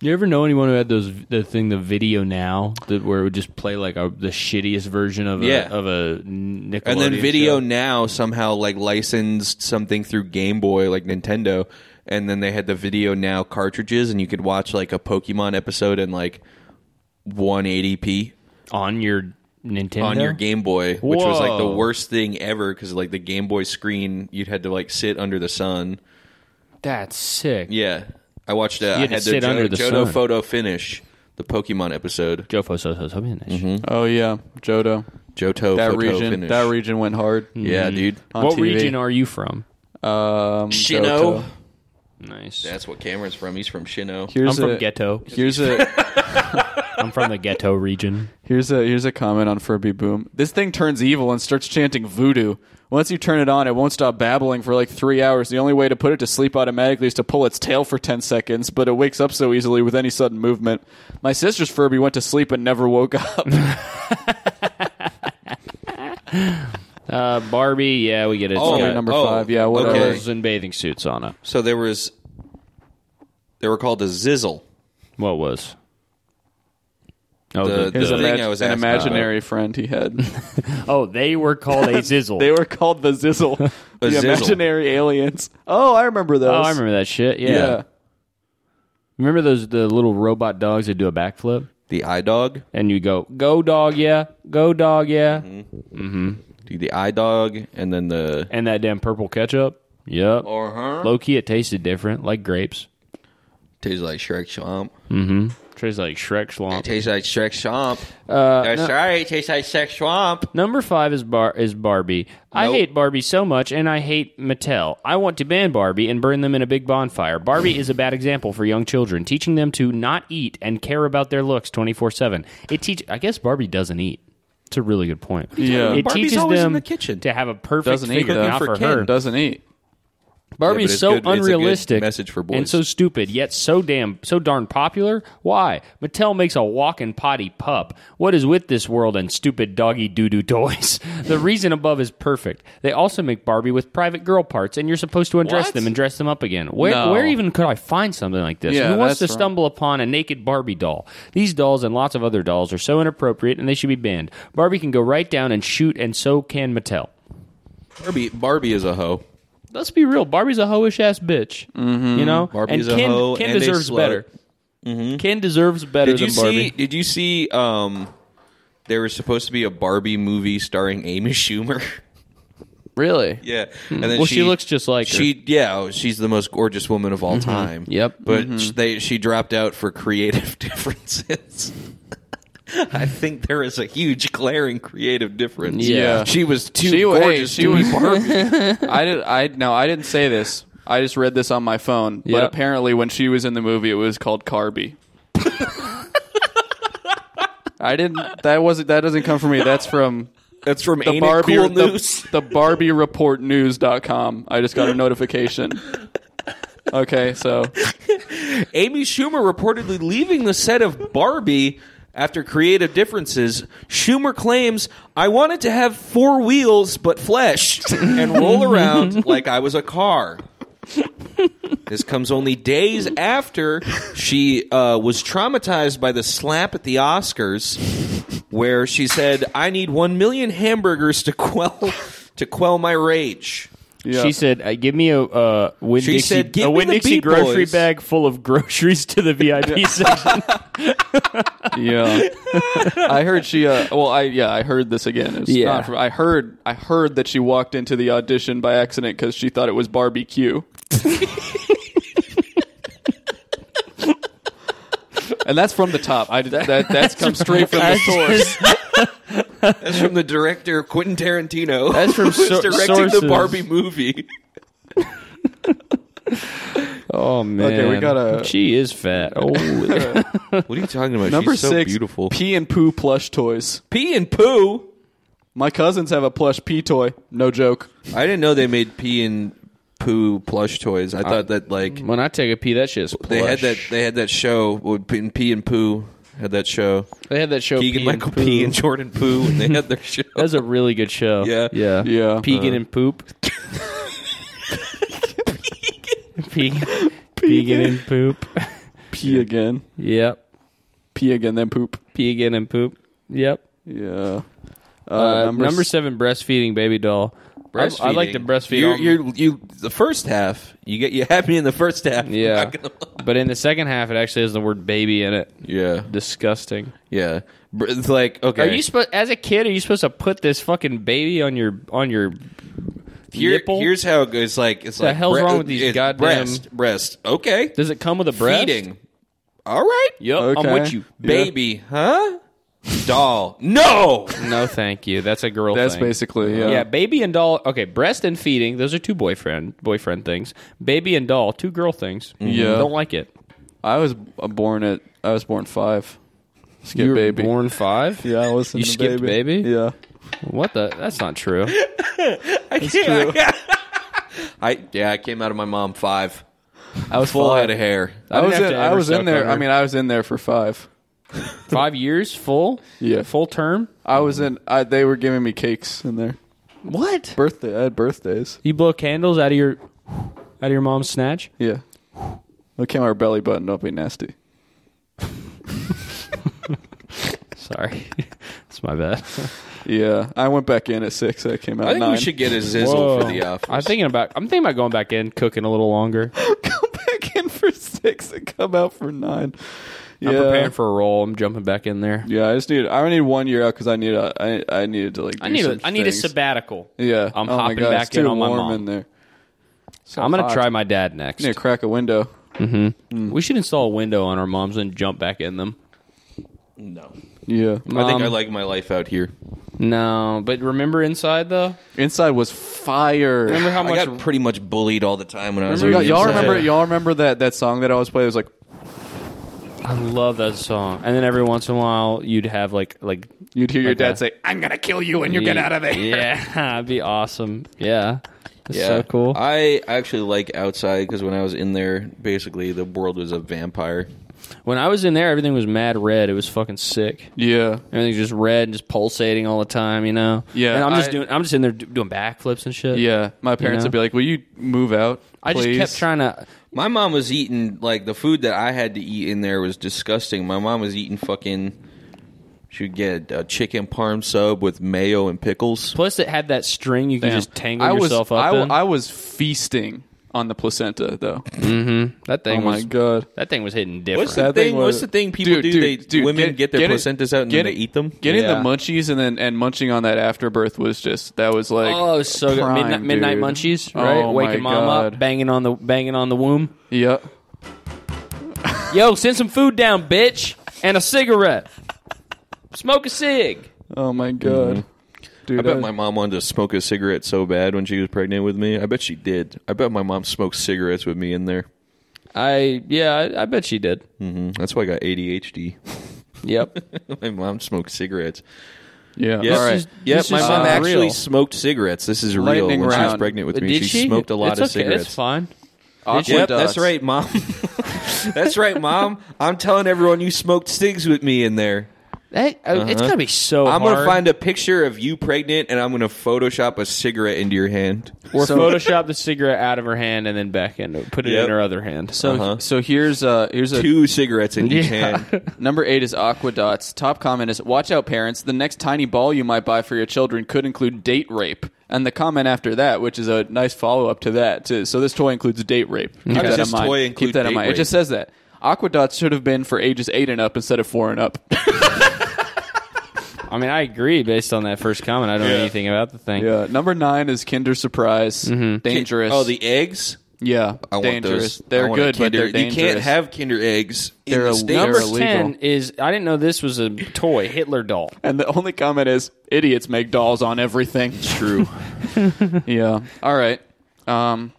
D: You ever know anyone who had those the thing the video now that where it would just play like a, the shittiest version of
E: a- Yeah.
D: a,
E: of
D: of a Nickelodeon
E: and then video
D: show?
E: now somehow like licensed something through Game Boy, like Nintendo, and then they had the video now cartridges, and you could watch like a Pokemon episode in like 180p
D: on your Nintendo
E: on your Game Boy, which was like the
D: Whoa.
E: worst thing ever because like the Game Boy screen, you'd had to like sit under the sun.
D: That's sick.
E: Yeah, I watched. Uh,
D: had
E: I
D: to
E: had
D: sit
E: Jo-
D: under the
E: Johto
D: sun.
E: photo finish the Pokemon episode.
D: Jofo so so so
E: Mm-hmm.
D: mm
C: Oh yeah, Jodo.
E: Johto
C: That
E: photo
C: region,
E: finish.
C: that region went hard.
E: yeah, dude.
C: On
D: What
C: TV.
D: region are you from?
C: Um,
E: Shino.
C: Johto.
D: Nice.
E: That's what Cameron's from. He's from Shino.
C: Here's
D: I'm from
C: a,
D: ghetto.
C: Here's a
D: I'm from the ghetto region.
C: here's a here's a comment on Furby Boom. This thing turns evil and starts chanting voodoo. Once you turn it on, it won't stop babbling for like three hours. The only way to put it to sleep automatically is to pull its tail for ten seconds, but it wakes up so easily with any sudden movement. My sister's Furby went to sleep and never woke up.
D: Uh, Barbie, yeah, we get it.
E: Oh,
D: It's
C: Probably
D: got
E: yeah.
C: number
E: Oh,
C: five, yeah, whatever.
E: okay.
D: girls in bathing suits on it.
E: So there was. They were called a zizzle.
D: What was? Oh,
E: The-
D: the-
E: the-
C: His
D: the-
E: thing
C: imag-
E: I was
C: an
E: asking about.
C: imaginary friend he had.
D: oh, they were called a zizzle.
C: They were called the Zizzle, the
E: zizzle.
C: imaginary aliens. Oh, I remember those.
D: oh, I remember that shit. Yeah.
C: Yeah.
D: remember those the little robot dogs that do a backflip
E: The eye dog.
D: and you go go dog yeah go dog yeah
E: Dude, the eye dog, and then the.
D: and that damn purple ketchup. Yep.
E: Uh huh.
D: Low key, it tasted different, like grapes.
E: Tastes like Shrek Chomp.
D: Trey's like Shrek Schlomp.
E: Tastes like Shrek Chomp. Uh, That's right. Tastes like Shrek Chomp.
D: Number five is Bar is Barbie. I
E: Nope.
D: hate Barbie so much, and I hate Mattel. I want to ban Barbie and burn them in a big bonfire. Barbie is a bad example for young children, teaching them to not eat and care about their looks twenty four seven. It teach. I guess Barbie doesn't eat. It's a really good point.
C: Yeah.
D: it
E: Barbie's
D: teaches
E: always in
D: them
E: the kitchen.
D: to have a perfect
C: Doesn't eat
D: figure,
C: though.
D: not for,
E: For Ken,
D: her.
C: Doesn't eat.
E: Yeah,
D: Barbie's
E: but it's
D: so
E: good- it's a good
D: unrealistic
E: message for boys.
D: and so stupid, yet so damn so darn popular. Why? Mattel makes a walking potty pup. What is with this world and stupid doggy doo doo toys? the reason above is perfect. They also make Barbie with private girl parts, and you're supposed to undress
E: What?
D: them and dress them up again. Where
C: No.
D: where even could I find something like this?
C: Yeah,
D: Who wants to
C: that's wrong.
D: stumble? stumble upon a naked Barbie doll. These dolls and lots of other dolls are so inappropriate and they should be banned. Barbie can go right down and shoot, and so can Mattel.
E: Barbie, Barbie is a hoe.
D: Let's be real. Barbie's a hoish ass bitch. You know,
E: Barbie's
D: and Mm-hmm.
E: a
D: Ken,
E: hoe
D: Ken
E: and a
D: deserves
E: slut.
D: better. Ken deserves better
E: Did you
D: than Barbie.
E: see? Did you see? Um, there was supposed to be a Barbie movie starring Amy Schumer.
D: really?
E: yeah, and then
D: Well, she looks just like her.
E: she. Yeah, oh, she's the most gorgeous woman of all time.
D: Yep.
E: but sh they she dropped out for creative differences. I think there is a huge glaring creative difference.
C: Yeah.
E: she was too
C: She was-
E: gorgeous
C: she
E: to be
C: was-
E: Barbie.
C: I did. I no. I didn't say this. I just read this on my phone. But
D: Yeah.
C: apparently, when she was in the movie, it was called Carby. I didn't. That wasn't. That doesn't come from me. That's from
E: That's from
C: the
E: Ain't It
C: Barbie
E: Cool
C: the-
E: News.
C: The, Barbie Report News.com. I just got a notification. Okay, so
E: Amy Schumer reportedly leaving the set of Barbie after creative differences. Schumer claims, I wanted to have four wheels but flesh and roll around like I was a car. This comes only days after she uh, was traumatized by the slap at the Oscars, where she said, "I need one million hamburgers to quell to quell my rage."
C: yeah.
D: She said, uh, "Give me a uh, Winn
E: She
D: Dixie,
E: said, "Give
D: a
E: me
D: Winn
E: the
D: Dixie
E: Beat
D: grocery
E: Boys."
D: bag full of groceries to the VIP section."
C: Yeah, I heard she. Uh, well, I yeah, I heard this again. It's
D: Yeah.
C: not from- I heard. I heard that she walked into the audition by accident because she thought it was barbecue. and that's from the top. I that that's come straight from the source.
E: That's from the director Quentin Tarantino.
D: That's from
E: who's
D: so-
E: directing
D: sources.
E: the Barbie movie.
D: Oh man,
C: Okay, we gotta-
D: She is fat. Oh,
E: What are you talking about?
C: Number
E: She's so
C: six,
E: beautiful.
C: pee and poo plush toys.
E: pee and poo.
C: My cousins have a plush pee toy. No joke.
E: I didn't know they made pee and poo plush toys. I thought that like
D: when I take a pee, that shit's plush.
E: they had that they had that show with Pee and- pee and poo had that show.
D: They had that show.
E: Keegan
D: Pee
E: Michael
D: and Poo.
E: Pee and Jordan Poo and they had their show.
D: That's a really good show.
E: Yeah.
D: yeah, Uh-huh.
C: Yeah.
D: Pegan and poop. Pegan, Pegan and poop.
C: Pee again.
D: Yep.
C: Pee again. Then poop.
D: Pegan and poop. Yep.
C: Yeah. Uh,
D: Uh, number,
C: s-
D: seven, breastfeeding baby doll. I- I, like to breastfeed.
E: You're,
D: all-
E: you're, you the first half. You get you happy in the first half.
D: yeah,
E: Not gonna lie.
D: but in the second half, it actually has the word baby in it.
E: Yeah.
D: Disgusting.
E: Yeah. Br- It's like okay.
D: Are you supposed as a kid? Are you supposed to put this fucking baby on your on your
E: Here-
D: nipple?
E: Here's how it goes. It's like it's
D: The
E: like
D: hell's
E: bre-
D: wrong with these
E: it's
D: goddamn-
E: breast breast. Okay,
D: Does it come with a breast?
E: feeding. All right,
D: Yep,
C: Okay.
D: I'm with you.
C: Eh? Yeah.
E: baby, huh? Doll. No.
D: No, thank you. That's a girl.
C: That's
D: thing.
C: basically yeah.
D: Yeah, baby and doll. Okay, breast and feeding. Those are two boyfriend boyfriend things. Baby and doll, two girl things.
C: Yeah.
D: don't like it.
C: I was uh, born at I was born five. Skip
D: You were
C: baby.
D: born five.
C: yeah, I was.
D: You skipped baby?
C: Yeah,
D: What the? That's not true.
E: I yeah, I came out of my mom five,
C: I was
E: full
C: five.
E: head of hair.
C: I was
D: didn't have
C: in.
D: to
C: I
D: ever
C: was
D: suck
C: in there.
D: on her.
C: I mean, I was in there for five.
D: Five years full.
C: Yeah.
D: full term.
C: I was in. I, they were giving me cakes in there.
D: What?
C: Birthday. I had birthdays.
D: You blow candles out of your out of your mom's snatch.
C: Yeah. Look at our belly button. Don't be nasty.
D: Sorry, that's my bad.
C: Yeah, I went back in at six. I came out
E: I think
C: nine.
E: we should get a zizzle for the office.
D: I'm thinking about. I'm thinking about going back in, cooking a little longer.
C: go back in for six and come out for nine. Yeah.
D: I'm preparing for a roll. I'm jumping back in there.
C: yeah, I just need. I need one year out because I need a. I, I needed to like.
D: I
C: do
D: need. A,
C: some
D: I need a
C: things.
D: sabbatical.
C: Yeah,
D: I'm
C: oh my
D: hopping
C: God,
D: back
C: it's too
D: in on my
C: warm
D: mom.
C: in there. So
D: I'm gonna
C: hot.
D: try my dad next.
C: need to crack a window.
D: We should install a window on our moms and jump back in them.
E: No.
C: Yeah.
E: I think I
D: Um,
E: like my life out here.
D: No, but remember inside though.
C: Inside was fire.
D: Remember how
E: I
D: much?
E: got pretty much bullied all the time when I was
C: Y'all,
E: on the
C: y'all
E: inside.
C: remember? Y'all remember that that song that I always play? It was like
D: I love that song. And then every once in a while, you'd have like like
C: you'd hear your
D: Okay.
C: dad say, "I'm gonna kill you when you get out of there."
D: Yeah, that'd be awesome. Yeah, that's so cool.
E: I actually like outside because when I was in there, basically the world was a vampire.
D: when I was in there, everything was mad red. It was fucking sick.
C: Yeah.
D: Everything's just red, and just pulsating all the time. You know.
C: Yeah,
D: And I'm just
C: I-
D: doing. I'm just in there do- doing backflips and shit.
C: Yeah. My parents
D: know?
C: would be like, "Will you move out?"
D: I just
C: please?"
D: kept trying to.
E: My mom was eating like the food that I had to eat in there was disgusting. My mom was eating fucking. She would get a chicken parm sub with mayo and pickles.
D: Plus, it had that string you could
C: Damn.
D: just tangle
C: I was,
D: yourself
C: I,
D: up
C: w-
D: in.
C: I was feasting on the placenta, though.
D: Mm-hmm. that
C: oh
D: thing
C: my
D: was.
C: god.
D: That thing was hitting different.
E: What's the
C: That thing
E: thing? What's
C: was-
E: the thing people
C: Dude,
E: do?
C: dude,
E: they
C: dude,
E: women
C: get-
E: get, their
C: get it-
E: placentas out and
C: get
E: then they
C: it-
E: eat them.
C: Getting
D: Yeah.
C: the munchies and then and munching on that afterbirth was just that was like
D: oh, it was so
C: prime,
D: good. Midnight, midnight
C: dude.
D: munchies, right?
C: Oh,
D: Waking
C: my
D: mom
C: God.
D: up, banging on the banging on the womb.
C: Yep.
D: Yo, send some food down, bitch, and a cigarette. Smoke a cig.
C: Oh my god. Dude,
E: Mm-hmm. I bet my mom wanted to smoke a cigarette so bad when she was pregnant with me. I bet she did. I bet my mom smoked cigarettes with me in there. Mm,
D: I yeah, I, I bet she did.
E: That's why I got ADHD.
D: Yep.
E: my mom smoked cigarettes.
C: yeah.
E: Yeah,
C: All right.
D: is-
E: Yep,
D: this
E: my
D: is
E: mom
D: not
E: actually
D: real.
E: smoked cigarettes. This is real.
C: Lightning
E: when she was
C: round.
E: pregnant with me,
D: Did
E: she, smoked a lot
D: It's
E: of
D: okay,
E: cigarettes.
D: It's fine.
C: Aqua
E: Yep,
C: Ducks.
E: that's right, mom. that's right, mom. I'm telling everyone you smoked cigs with me in there.
D: That- uh, It's gonna be so.
E: Uh-huh. I'm
D: hard.
E: gonna find a picture of you pregnant, and I'm gonna Photoshop a cigarette into your hand.
D: or Photoshop the cigarette out of her hand and then back into put it
E: Yep.
D: in her other hand.
C: So
E: Uh-huh.
C: so here's uh here's a
E: Two cigarettes in each
D: Yeah.
E: hand.
C: number 8 is Aqua Dots. Top comment is watch out parents, the next tiny ball you might buy for your children could include date rape. And the comment after that, which is a nice follow up to that, too. so this toy includes date rape. Keep
E: does
C: that
E: this
C: in mind.
E: toy
C: Keep
E: include
C: that in
E: date
C: mind. It
E: rape?
C: just says that. Aqua Dots should have been for ages 8 and up instead of 4 and up.
D: I mean, I agree based on that first comment. I don't know anything about the thing.
C: yeah. Number 9 is Kinder Surprise. Dangerous.
E: Oh, the eggs.
C: yeah,
E: I want
C: dangerous.
E: those. I
C: They're
E: want a
C: good, but
E: Kinder-
C: they're dangerous.
E: You can't have Kinder eggs. in
C: They're
E: the
C: a-
E: States.
C: they're
D: Number
C: illegal.
D: ten is I didn't know this was a toy Hitler doll.
C: And the only comment is idiots make dolls on everything.
E: True.
C: yeah. All right. Um,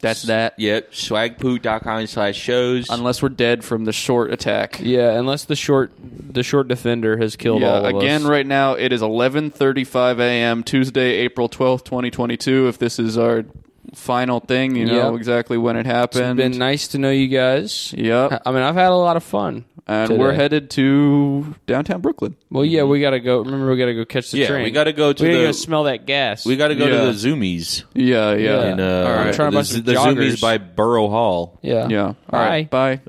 C: that's that.
E: Yep. Swagpoo.com slash shows.
C: Unless we're dead from the short attack.
D: Yeah, unless the short the short defender has killed all
C: Yeah.
D: of
C: Again,
D: us.
C: right now it is 11:35 a.m. Tuesday, April 12th, 2022. If this is our final thing, you know
D: Yep.
C: exactly when it
D: It's
C: happened.
D: been nice to know you guys.
C: Yep.
D: I mean, I've had a lot of fun.
C: and
D: today.
C: we're headed to downtown Brooklyn.
D: Well, yeah, we gotta go. Remember, we gotta go catch the
E: Yeah,
D: train.
E: we gotta go to
D: We gotta
E: the-
D: go smell that gas.
E: we got to go
C: Yeah.
E: to the Zoomies.
C: Yeah. Yeah.
D: Yeah.
E: And, uh,
D: All right. I'm trying to
E: the,
D: buy some
E: the
D: joggers.
E: Zoomies by Borough Hall.
D: yeah,
C: Yeah. All right. Bye.